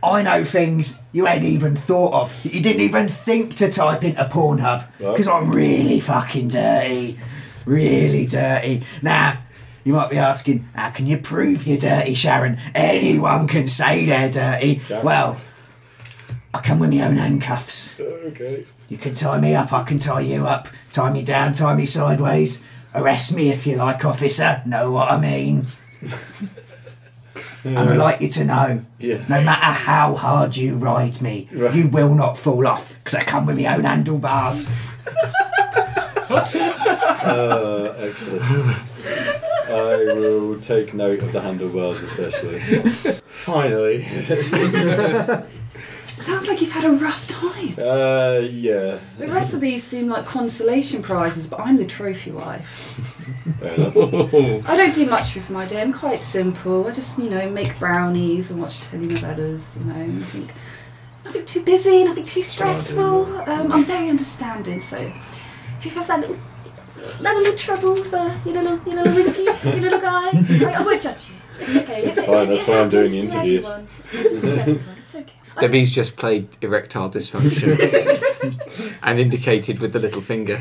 [SPEAKER 11] I know things you ain't even thought of. that You didn't even think to type into Pornhub because I'm really fucking dirty, really dirty. Now. You might be asking, how can you prove you're dirty, Sharon? Anyone can say they're dirty. Well, I come with my own handcuffs.
[SPEAKER 6] Okay.
[SPEAKER 11] You can tie me up, I can tie you up. Tie me down, tie me sideways. Arrest me if you like, officer. Know what I mean? And I'd like you to know,
[SPEAKER 6] Yeah.
[SPEAKER 11] no matter how hard you ride me,
[SPEAKER 6] Right.
[SPEAKER 11] you will not fall off because I come with my own handlebars.
[SPEAKER 6] Uh, excellent. I will take note of the handlebars, especially.
[SPEAKER 11] [laughs]
[SPEAKER 6] Finally.
[SPEAKER 8] Sounds like you've had a rough time.
[SPEAKER 6] Uh, yeah.
[SPEAKER 8] The rest of these seem like consolation prizes, but I'm the trophy wife.
[SPEAKER 6] Fair enough.
[SPEAKER 8] I don't do much with my day. I'm quite simple. I just, you know, make brownies and watch telenovelas. You know, nothing, nothing too busy, nothing too stressful. Um, I'm very understanding. So if you have that little, that little trouble for your little, your little winky, your little guy, I, I won't judge you. It's okay.
[SPEAKER 6] It's
[SPEAKER 8] It- it-
[SPEAKER 6] fine,
[SPEAKER 8] it
[SPEAKER 6] that's why I'm doing
[SPEAKER 8] happens
[SPEAKER 6] the
[SPEAKER 8] to
[SPEAKER 6] interviews.
[SPEAKER 8] everyone. It happens to everyone. It's okay. I just-
[SPEAKER 4] Debbie's just played erectile
[SPEAKER 6] [laughs]
[SPEAKER 4] dysfunction and indicated with the little finger.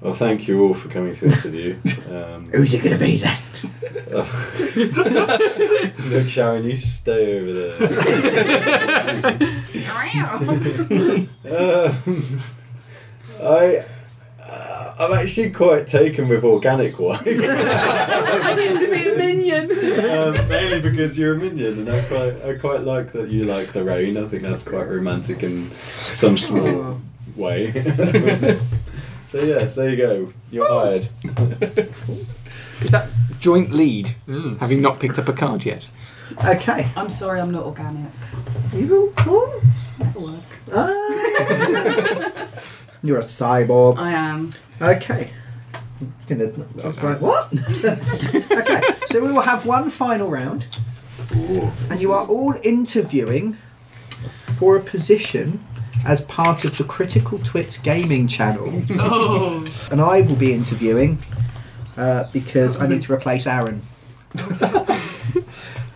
[SPEAKER 6] Well, thank you all for coming to the interview. Um,
[SPEAKER 11] Who's it going to be
[SPEAKER 6] [laughs]
[SPEAKER 11] then?
[SPEAKER 6] look, Sharon, you stay over there. Um, I, uh, I'm actually quite taken with organic wine.
[SPEAKER 1] [laughs]
[SPEAKER 6] [laughs]
[SPEAKER 1] I need to be a minion.
[SPEAKER 6] um, mainly because you're a minion, and I quite, I quite like that you like the rain. I think that's quite romantic in some [laughs] small way. so yes, there you go. You're hired.
[SPEAKER 4] Is that joint lead?
[SPEAKER 6] Hmm.
[SPEAKER 4] Having not picked up a card yet.
[SPEAKER 11] Okay.
[SPEAKER 8] I'm sorry, I'm not organic.
[SPEAKER 11] You all cool?
[SPEAKER 8] That'll work. [laughs]
[SPEAKER 11] Ah. You're a cyborg.
[SPEAKER 8] I am.
[SPEAKER 11] Okay. Gonna, I was like, what? okay, [laughs] so we will have one final round, and you are all interviewing for a position as part of the Critical Twits gaming channel,
[SPEAKER 8] Oh.
[SPEAKER 11] and I will be interviewing uh, because I need to replace Aaron.
[SPEAKER 4] [laughs]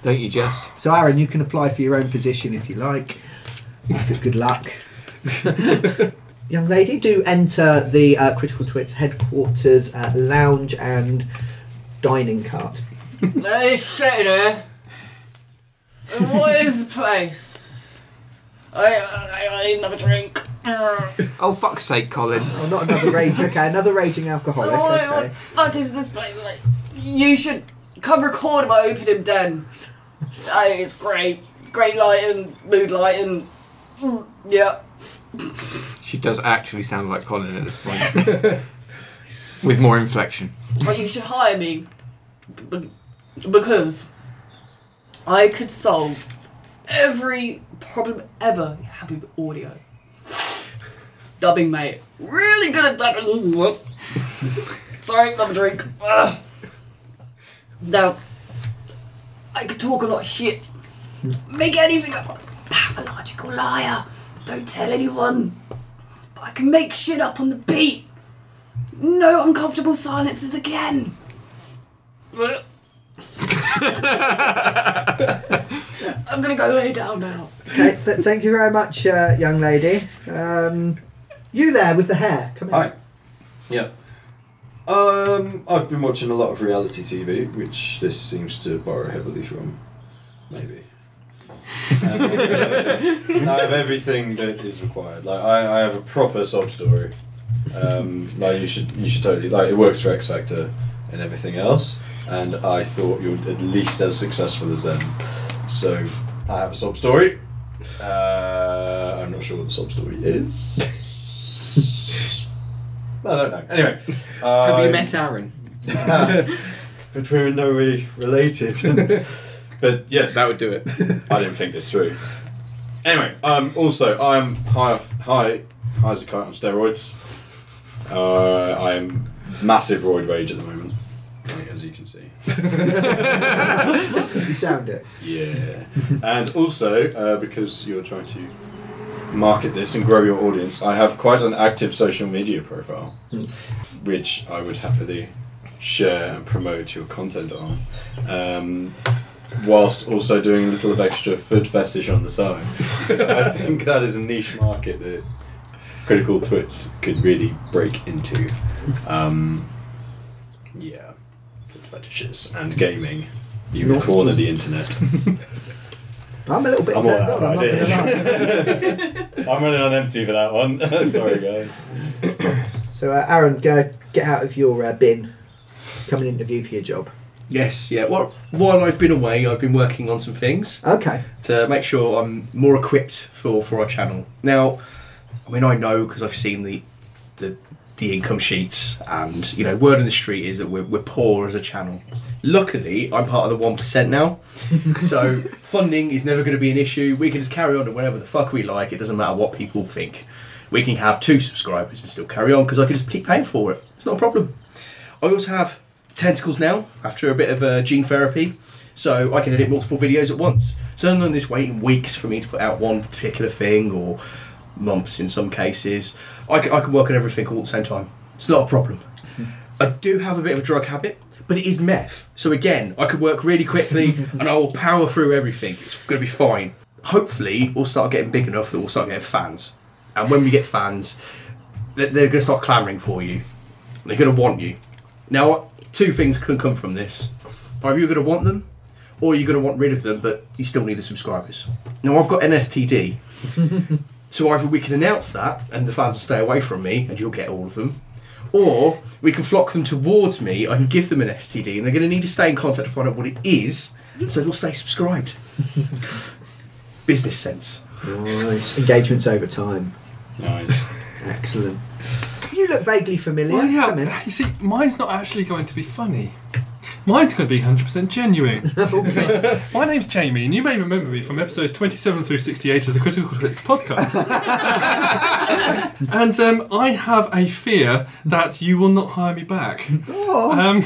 [SPEAKER 4] Don't you just?
[SPEAKER 11] So, Aaron, you can apply for your own position if you like. Good, good
[SPEAKER 4] [laughs]
[SPEAKER 11] luck. Young lady, do enter the uh, Critical Twits headquarters uh, lounge and dining cart.
[SPEAKER 8] That is shit in here. And What is the place? I, I, I need another drink.
[SPEAKER 4] Oh, fuck's sake, Colin.
[SPEAKER 1] Oh, not
[SPEAKER 4] [laughs]
[SPEAKER 1] another rage. Okay, another raging alcoholic.
[SPEAKER 8] Oh,
[SPEAKER 1] Okay.
[SPEAKER 8] what the fuck is this place like? You should come record my opening den. Oh, it's great. Great lighting, mood lighting.
[SPEAKER 11] Hmm.
[SPEAKER 8] Yeah.
[SPEAKER 4] She does actually sound like Colin at this point. [laughs] With more inflection.
[SPEAKER 8] But Oh, you should hire me. b- Because I could solve every problem ever happy with audio. Dubbing, mate. Really good at dubbing. Sorry, another drink. Ugh. Now, I could talk a lot of shit. Make anything up. Pathological liar. Don't tell anyone. But I can make shit up on the beat. No uncomfortable silences again. I'm gonna go lay down now.
[SPEAKER 1] Okay, th- thank you very much, uh, young lady. Um, you there with the hair? Come in.
[SPEAKER 6] Hi. [laughs] Yeah. Um, I've been watching a lot of reality TV, which this seems to borrow heavily from. Maybe. Um, [laughs] I have everything that is required. Like I, I have a proper sob story. Um, like you should, you should totally like it works for X Factor and everything else. And I thought you're at least as successful as them. So I have a sob story. Uh, I'm not sure what the sob story
[SPEAKER 4] [laughs]
[SPEAKER 6] is. I don't know. Anyway,
[SPEAKER 4] Have you
[SPEAKER 6] I'm-
[SPEAKER 4] met Aaron?
[SPEAKER 6] [laughs] but we were no way related. [laughs] but yes,
[SPEAKER 4] That would do
[SPEAKER 6] [laughs]
[SPEAKER 4] it.
[SPEAKER 6] I didn't think this through. Anyway, um, also I'm high, off, high, high as a kite on steroids. Uh, I'm massive roid rage at the moment, like, as you can see. [laughs]
[SPEAKER 1] You sound it.
[SPEAKER 6] Yeah, and also uh, because you're trying to market this and grow your audience, I have quite an active social media profile,
[SPEAKER 1] Hmm.
[SPEAKER 6] which I would happily share and promote your content on, um, whilst also doing a little of extra food fetish on the side. [laughs] 'Cause I think that is a niche market that Critical Twits could really break into. Um, yeah, food fetishes and gaming. You would corner the internet.
[SPEAKER 1] I'm a little bit
[SPEAKER 6] I'm all
[SPEAKER 1] turned
[SPEAKER 6] out of
[SPEAKER 1] on. I'm not
[SPEAKER 6] ideas.
[SPEAKER 1] gonna lie.
[SPEAKER 6] I'm running on empty for that one. [laughs] Sorry, guys. [laughs]
[SPEAKER 1] So, uh, Aaron, go get out of your uh, bin. Come and interview for
[SPEAKER 6] [laughs]
[SPEAKER 1] your job.
[SPEAKER 2] Yes, yeah. Well, while I've been away, I've been working on some things
[SPEAKER 1] Okay.
[SPEAKER 2] to make sure I'm more equipped for, for our channel. Now, I mean, I know because I've seen the, the the income sheets, and you know, word in the street is that we're, we're poor as a channel. Luckily, I'm part of the one percent now, so funding is never going to be an issue. We can just carry on to whatever the fuck we like. It doesn't matter what people think. We can have two subscribers and still carry on because I can just keep paying for it. It's not a problem. I also have tentacles now after a bit of uh, gene therapy, so I can edit multiple videos at once. So I'm not this waiting weeks for me to put out one particular thing or months in some cases. I can, I can work on everything all at the same time. It's not a problem. I do have a bit of a drug habit, but it is meth. So again, I could work really quickly and I will power through everything. It's going to be fine. Hopefully, we'll start getting big enough that we'll start getting fans. And when we get fans, they- they're going to start clamouring for you. They're going to want you. Now, two things can come from this. Either you're going to want them, or you're going to want rid of them, but you still need the subscribers. Now, I've got NSTD, so either we can announce that and the fans will stay away from me and you'll get all of them, or we can flock them towards me, I can give them an STD, and they're going to need to stay in contact to find out what it is, so they'll stay subscribed. Business sense.
[SPEAKER 1] Nice. Engagements over time.
[SPEAKER 6] Nice.
[SPEAKER 1] Excellent. You look vaguely familiar.
[SPEAKER 3] Well,
[SPEAKER 1] Come in.
[SPEAKER 3] yeah, you see, mine's not actually going to be funny. Mine's going to be 100% genuine. See, my name's Jamie, and you may remember me from episodes 27 through 68 of the Critical Hits podcast. and um, I have a fear that you will not hire me back. Um,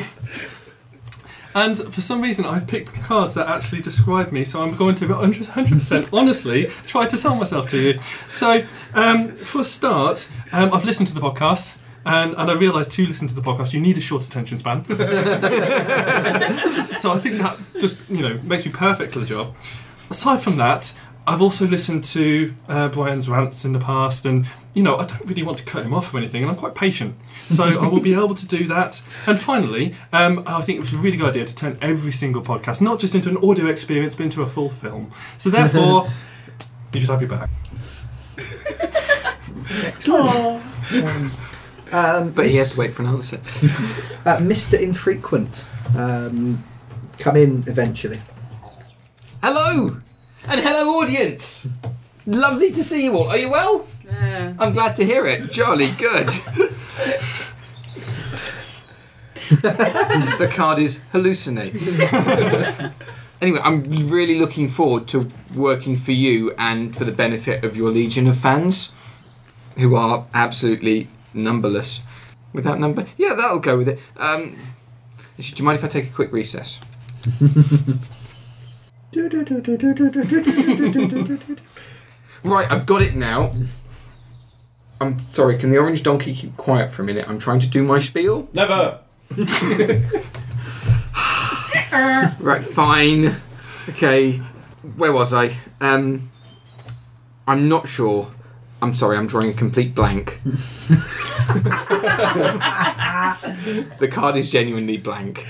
[SPEAKER 3] and for some reason, I've picked cards that actually describe me, so I'm going to 100%, 100% honestly try to sell myself to you. So, um, for a start, um, I've listened to the podcast. And, and I realised to listen to the podcast, you need a short attention span. so I think that just you know makes me perfect for the job. Aside from that, I've also listened to uh, Brian's rants in the past, and you know I don't really want to cut him off or anything, and I'm quite patient, so I will be able to do that. And finally, um, I think it was a really good idea to turn every single podcast not just into an audio experience, but into a full film. So therefore, you should have me back.
[SPEAKER 1] Um,
[SPEAKER 4] But he has
[SPEAKER 1] yes,
[SPEAKER 4] to wait for an answer.
[SPEAKER 1] [laughs] uh, Mr. Infrequent, um, come in eventually.
[SPEAKER 4] Hello! And hello, audience! It's Lovely to see you all. Are you well?
[SPEAKER 8] Yeah.
[SPEAKER 4] I'm glad to hear it. Jolly good. the card is hallucinates. anyway, I'm really looking forward to working for you and for the benefit of your legion of fans, who are absolutely numberless. Without number? Yeah, that'll go with it. Um, do you mind if I take a quick recess? Right, I've got it now. I'm sorry, can the orange donkey keep quiet for a minute? I'm trying to do my spiel.
[SPEAKER 6] Never.
[SPEAKER 4] Right, fine. Okay, where was I? Um, I'm not sure. I'm sorry, I'm drawing a complete blank. [laughs] the card is genuinely blank.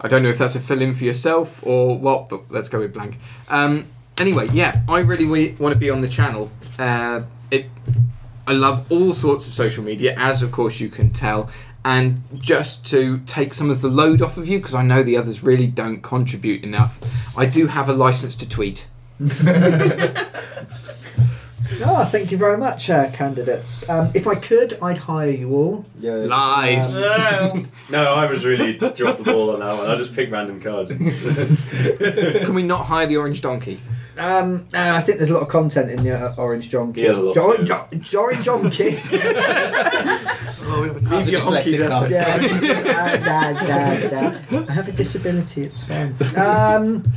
[SPEAKER 4] I don't know if that's a fill in for yourself or what, but let's go with blank. Um, anyway, yeah, I really want to be on the channel. Uh, it, I love all sorts of social media, as of course you can tell, and just to take some of the load off of you, because I know the others really don't contribute enough, I do have a license to tweet.
[SPEAKER 1] Ah, thank you very much, uh, candidates. Um, if I could, I'd hire you all.
[SPEAKER 12] Yeah.
[SPEAKER 4] Lies.
[SPEAKER 1] Um,
[SPEAKER 6] [laughs] No, I was really dropped the ball on that one. I just picked random cards.
[SPEAKER 4] Can we not hire the orange donkey?
[SPEAKER 1] um, uh, I think there's a lot of content in the uh, Orange Donkey.
[SPEAKER 6] He has a lot,
[SPEAKER 1] Jo-
[SPEAKER 6] yeah.
[SPEAKER 1] Jo-
[SPEAKER 4] [laughs]
[SPEAKER 1] Orange [laughs] Donkey.
[SPEAKER 4] Leave your honkies out.
[SPEAKER 1] Yeah, it's- uh, da, da, da. I have a disability. It's fine. Um,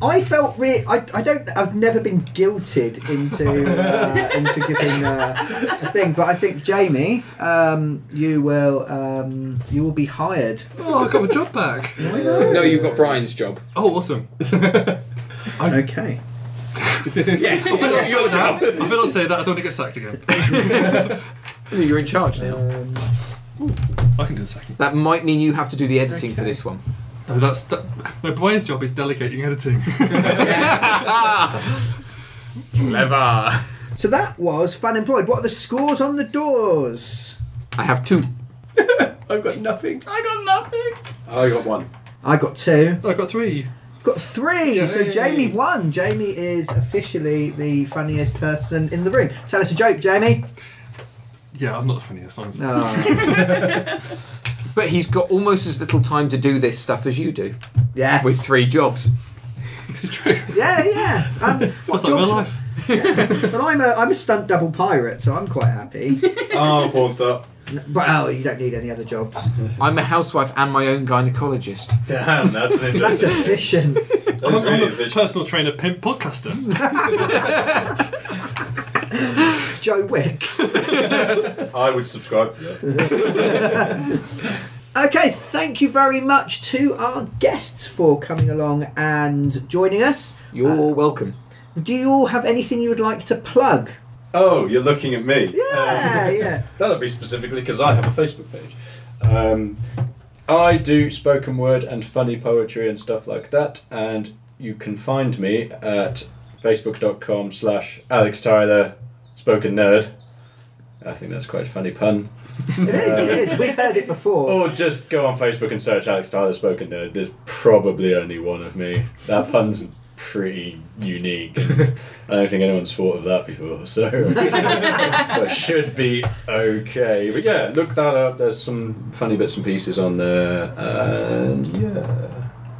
[SPEAKER 1] I felt re- I, I don't. I've never been guilted into uh, into giving uh, a thing, but I think Jamie, um, you will um, you will be hired.
[SPEAKER 3] Oh, I got my job back.
[SPEAKER 4] No, you've got Brian's job.
[SPEAKER 3] Oh, awesome. [laughs]
[SPEAKER 1] Okay.
[SPEAKER 3] [laughs]
[SPEAKER 2] yes, you got your
[SPEAKER 3] I
[SPEAKER 2] job.
[SPEAKER 3] better not say that. I don't want to get sacked again.
[SPEAKER 4] You're in charge now.
[SPEAKER 3] Um, I can do the sacking.
[SPEAKER 4] That might mean you have to do the editing for this one.
[SPEAKER 3] No, that's
[SPEAKER 4] [laughs]
[SPEAKER 3] [laughs] that, no. Brian's job is delegating editing.
[SPEAKER 4] Clever.
[SPEAKER 1] So that was fun employed. What are the scores on the doors?
[SPEAKER 4] I have two.
[SPEAKER 2] I've got nothing.
[SPEAKER 5] I got nothing.
[SPEAKER 6] I got one.
[SPEAKER 1] I got two.
[SPEAKER 3] I got three.
[SPEAKER 1] Got three. So Jamie won. Jamie is officially the funniest person in the room. Tell us a joke, Jamie.
[SPEAKER 3] Yeah, I'm not the funniest, honestly.
[SPEAKER 1] Oh.
[SPEAKER 4] [laughs] But he's got almost as little time to do this stuff as you do,
[SPEAKER 1] Yes.
[SPEAKER 4] with three jobs.
[SPEAKER 3] This is true.
[SPEAKER 1] Yeah,
[SPEAKER 3] [laughs]
[SPEAKER 1] yeah. Um, what
[SPEAKER 3] What's like real
[SPEAKER 1] jobs-
[SPEAKER 3] life?
[SPEAKER 1] But I'm a I'm a stunt double pirate, so I'm quite happy.
[SPEAKER 6] [laughs] Oh, porn star.
[SPEAKER 1] but oh, you don't need any other jobs.
[SPEAKER 4] I'm a housewife and my own gynecologist.
[SPEAKER 6] Damn, [laughs] that's an
[SPEAKER 1] [laughs] That's
[SPEAKER 6] interesting. [laughs]
[SPEAKER 1] efficient.
[SPEAKER 6] That's
[SPEAKER 3] I'm, I'm
[SPEAKER 6] really
[SPEAKER 3] a
[SPEAKER 6] efficient.
[SPEAKER 3] personal trainer, pimp, podcaster.
[SPEAKER 1] [laughs] Joe Wicks.
[SPEAKER 6] [laughs] I would subscribe to that.
[SPEAKER 1] [laughs] Okay, thank you very much to our guests for coming along and joining us. Uh,
[SPEAKER 4] You're welcome.
[SPEAKER 1] Do you all have anything you would like to plug?
[SPEAKER 6] Oh, you're looking at me. Um,
[SPEAKER 1] Yeah, yeah.
[SPEAKER 6] [laughs] That'll be specifically because I have a Facebook page. Um, I do spoken word and funny poetry and stuff like that, and you can find me at facebook.com slash Alex Tyler Spoken Nerd. I think that's quite a funny pun. Um,
[SPEAKER 1] It is, it is. We've heard it before.
[SPEAKER 6] Or just go on Facebook and search Alex Tyler Spoken Nerd. There's probably only one of me. That pun's pretty unique. and I don't think anyone's thought of that before, so [laughs] so it should be okay. But yeah, look that up. There's some funny bits and pieces on there, and yeah.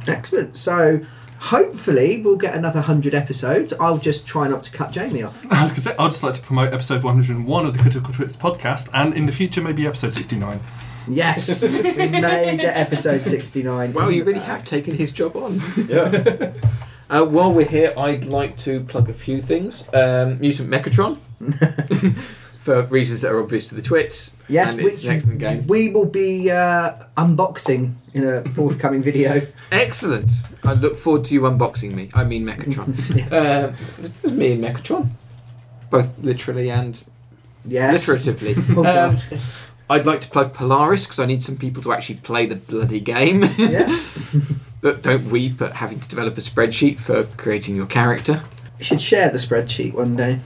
[SPEAKER 1] Excellent. So. Hopefully, we'll get another 100 episodes. I'll just try not to cut Jamie off.
[SPEAKER 3] I was gonna say, I'd just like to promote episode 101 of the Critical Twits podcast, and in the future, maybe episode 69.
[SPEAKER 1] Yes, we may get episode 69.
[SPEAKER 4] Well, you really have taken his job on.
[SPEAKER 6] Yeah.
[SPEAKER 4] [laughs] Uh, while we're here, I'd like to plug a few things. Um, Mutant Mechatron,
[SPEAKER 1] [laughs]
[SPEAKER 4] [laughs] for reasons that are obvious to the twits.
[SPEAKER 1] Yes,
[SPEAKER 4] and
[SPEAKER 1] which
[SPEAKER 4] it's an excellent game.
[SPEAKER 1] we will be uh, unboxing in a
[SPEAKER 4] [laughs]
[SPEAKER 1] forthcoming video.
[SPEAKER 4] Excellent. I look forward to you unboxing me. I mean
[SPEAKER 1] [laughs]
[SPEAKER 4] Mechatron. uh, this is me and Mechatron, both literally and
[SPEAKER 1] Yes.
[SPEAKER 4] literatively.
[SPEAKER 1] [laughs] Oh, God.
[SPEAKER 4] Um, I'd like to plug Polaris because I need some people to actually play the bloody game. [laughs]
[SPEAKER 1] yeah.
[SPEAKER 4] That Don't weep at having to develop a spreadsheet for creating your character.
[SPEAKER 1] You should share the spreadsheet one day.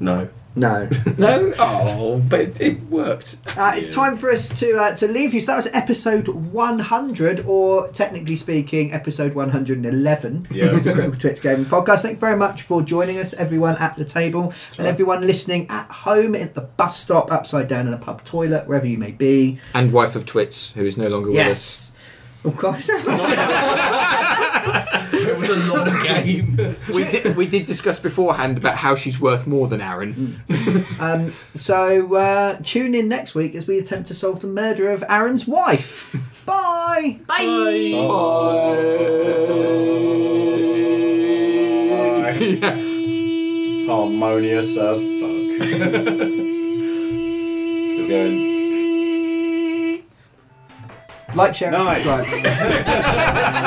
[SPEAKER 2] No.
[SPEAKER 1] No.
[SPEAKER 4] No? [laughs] Oh, but it, it worked.
[SPEAKER 1] Uh, it's time for us to uh, to leave you. So that was episode 100, or technically speaking, episode 111
[SPEAKER 6] Yeah.
[SPEAKER 1] of the Critical Twits Gaming Podcast. Thank you very much for joining us, everyone at the table, and everyone listening at home, at the bus stop, upside down in the pub toilet, wherever you may be.
[SPEAKER 4] And wife of Twits, who is no longer with us.
[SPEAKER 1] Yes. Of course.
[SPEAKER 2] [laughs] It was a long game.
[SPEAKER 6] [laughs]
[SPEAKER 4] We did, we did discuss beforehand about how she's worth more than Aaron.
[SPEAKER 1] [laughs] um, so uh, tune in next week as we attempt to solve the murder of Aaron's wife. [laughs] Bye.
[SPEAKER 8] Bye.
[SPEAKER 6] [laughs] Harmonious as fuck. [laughs] Still going.
[SPEAKER 1] Like, share, and
[SPEAKER 6] Nice.
[SPEAKER 1] subscribe.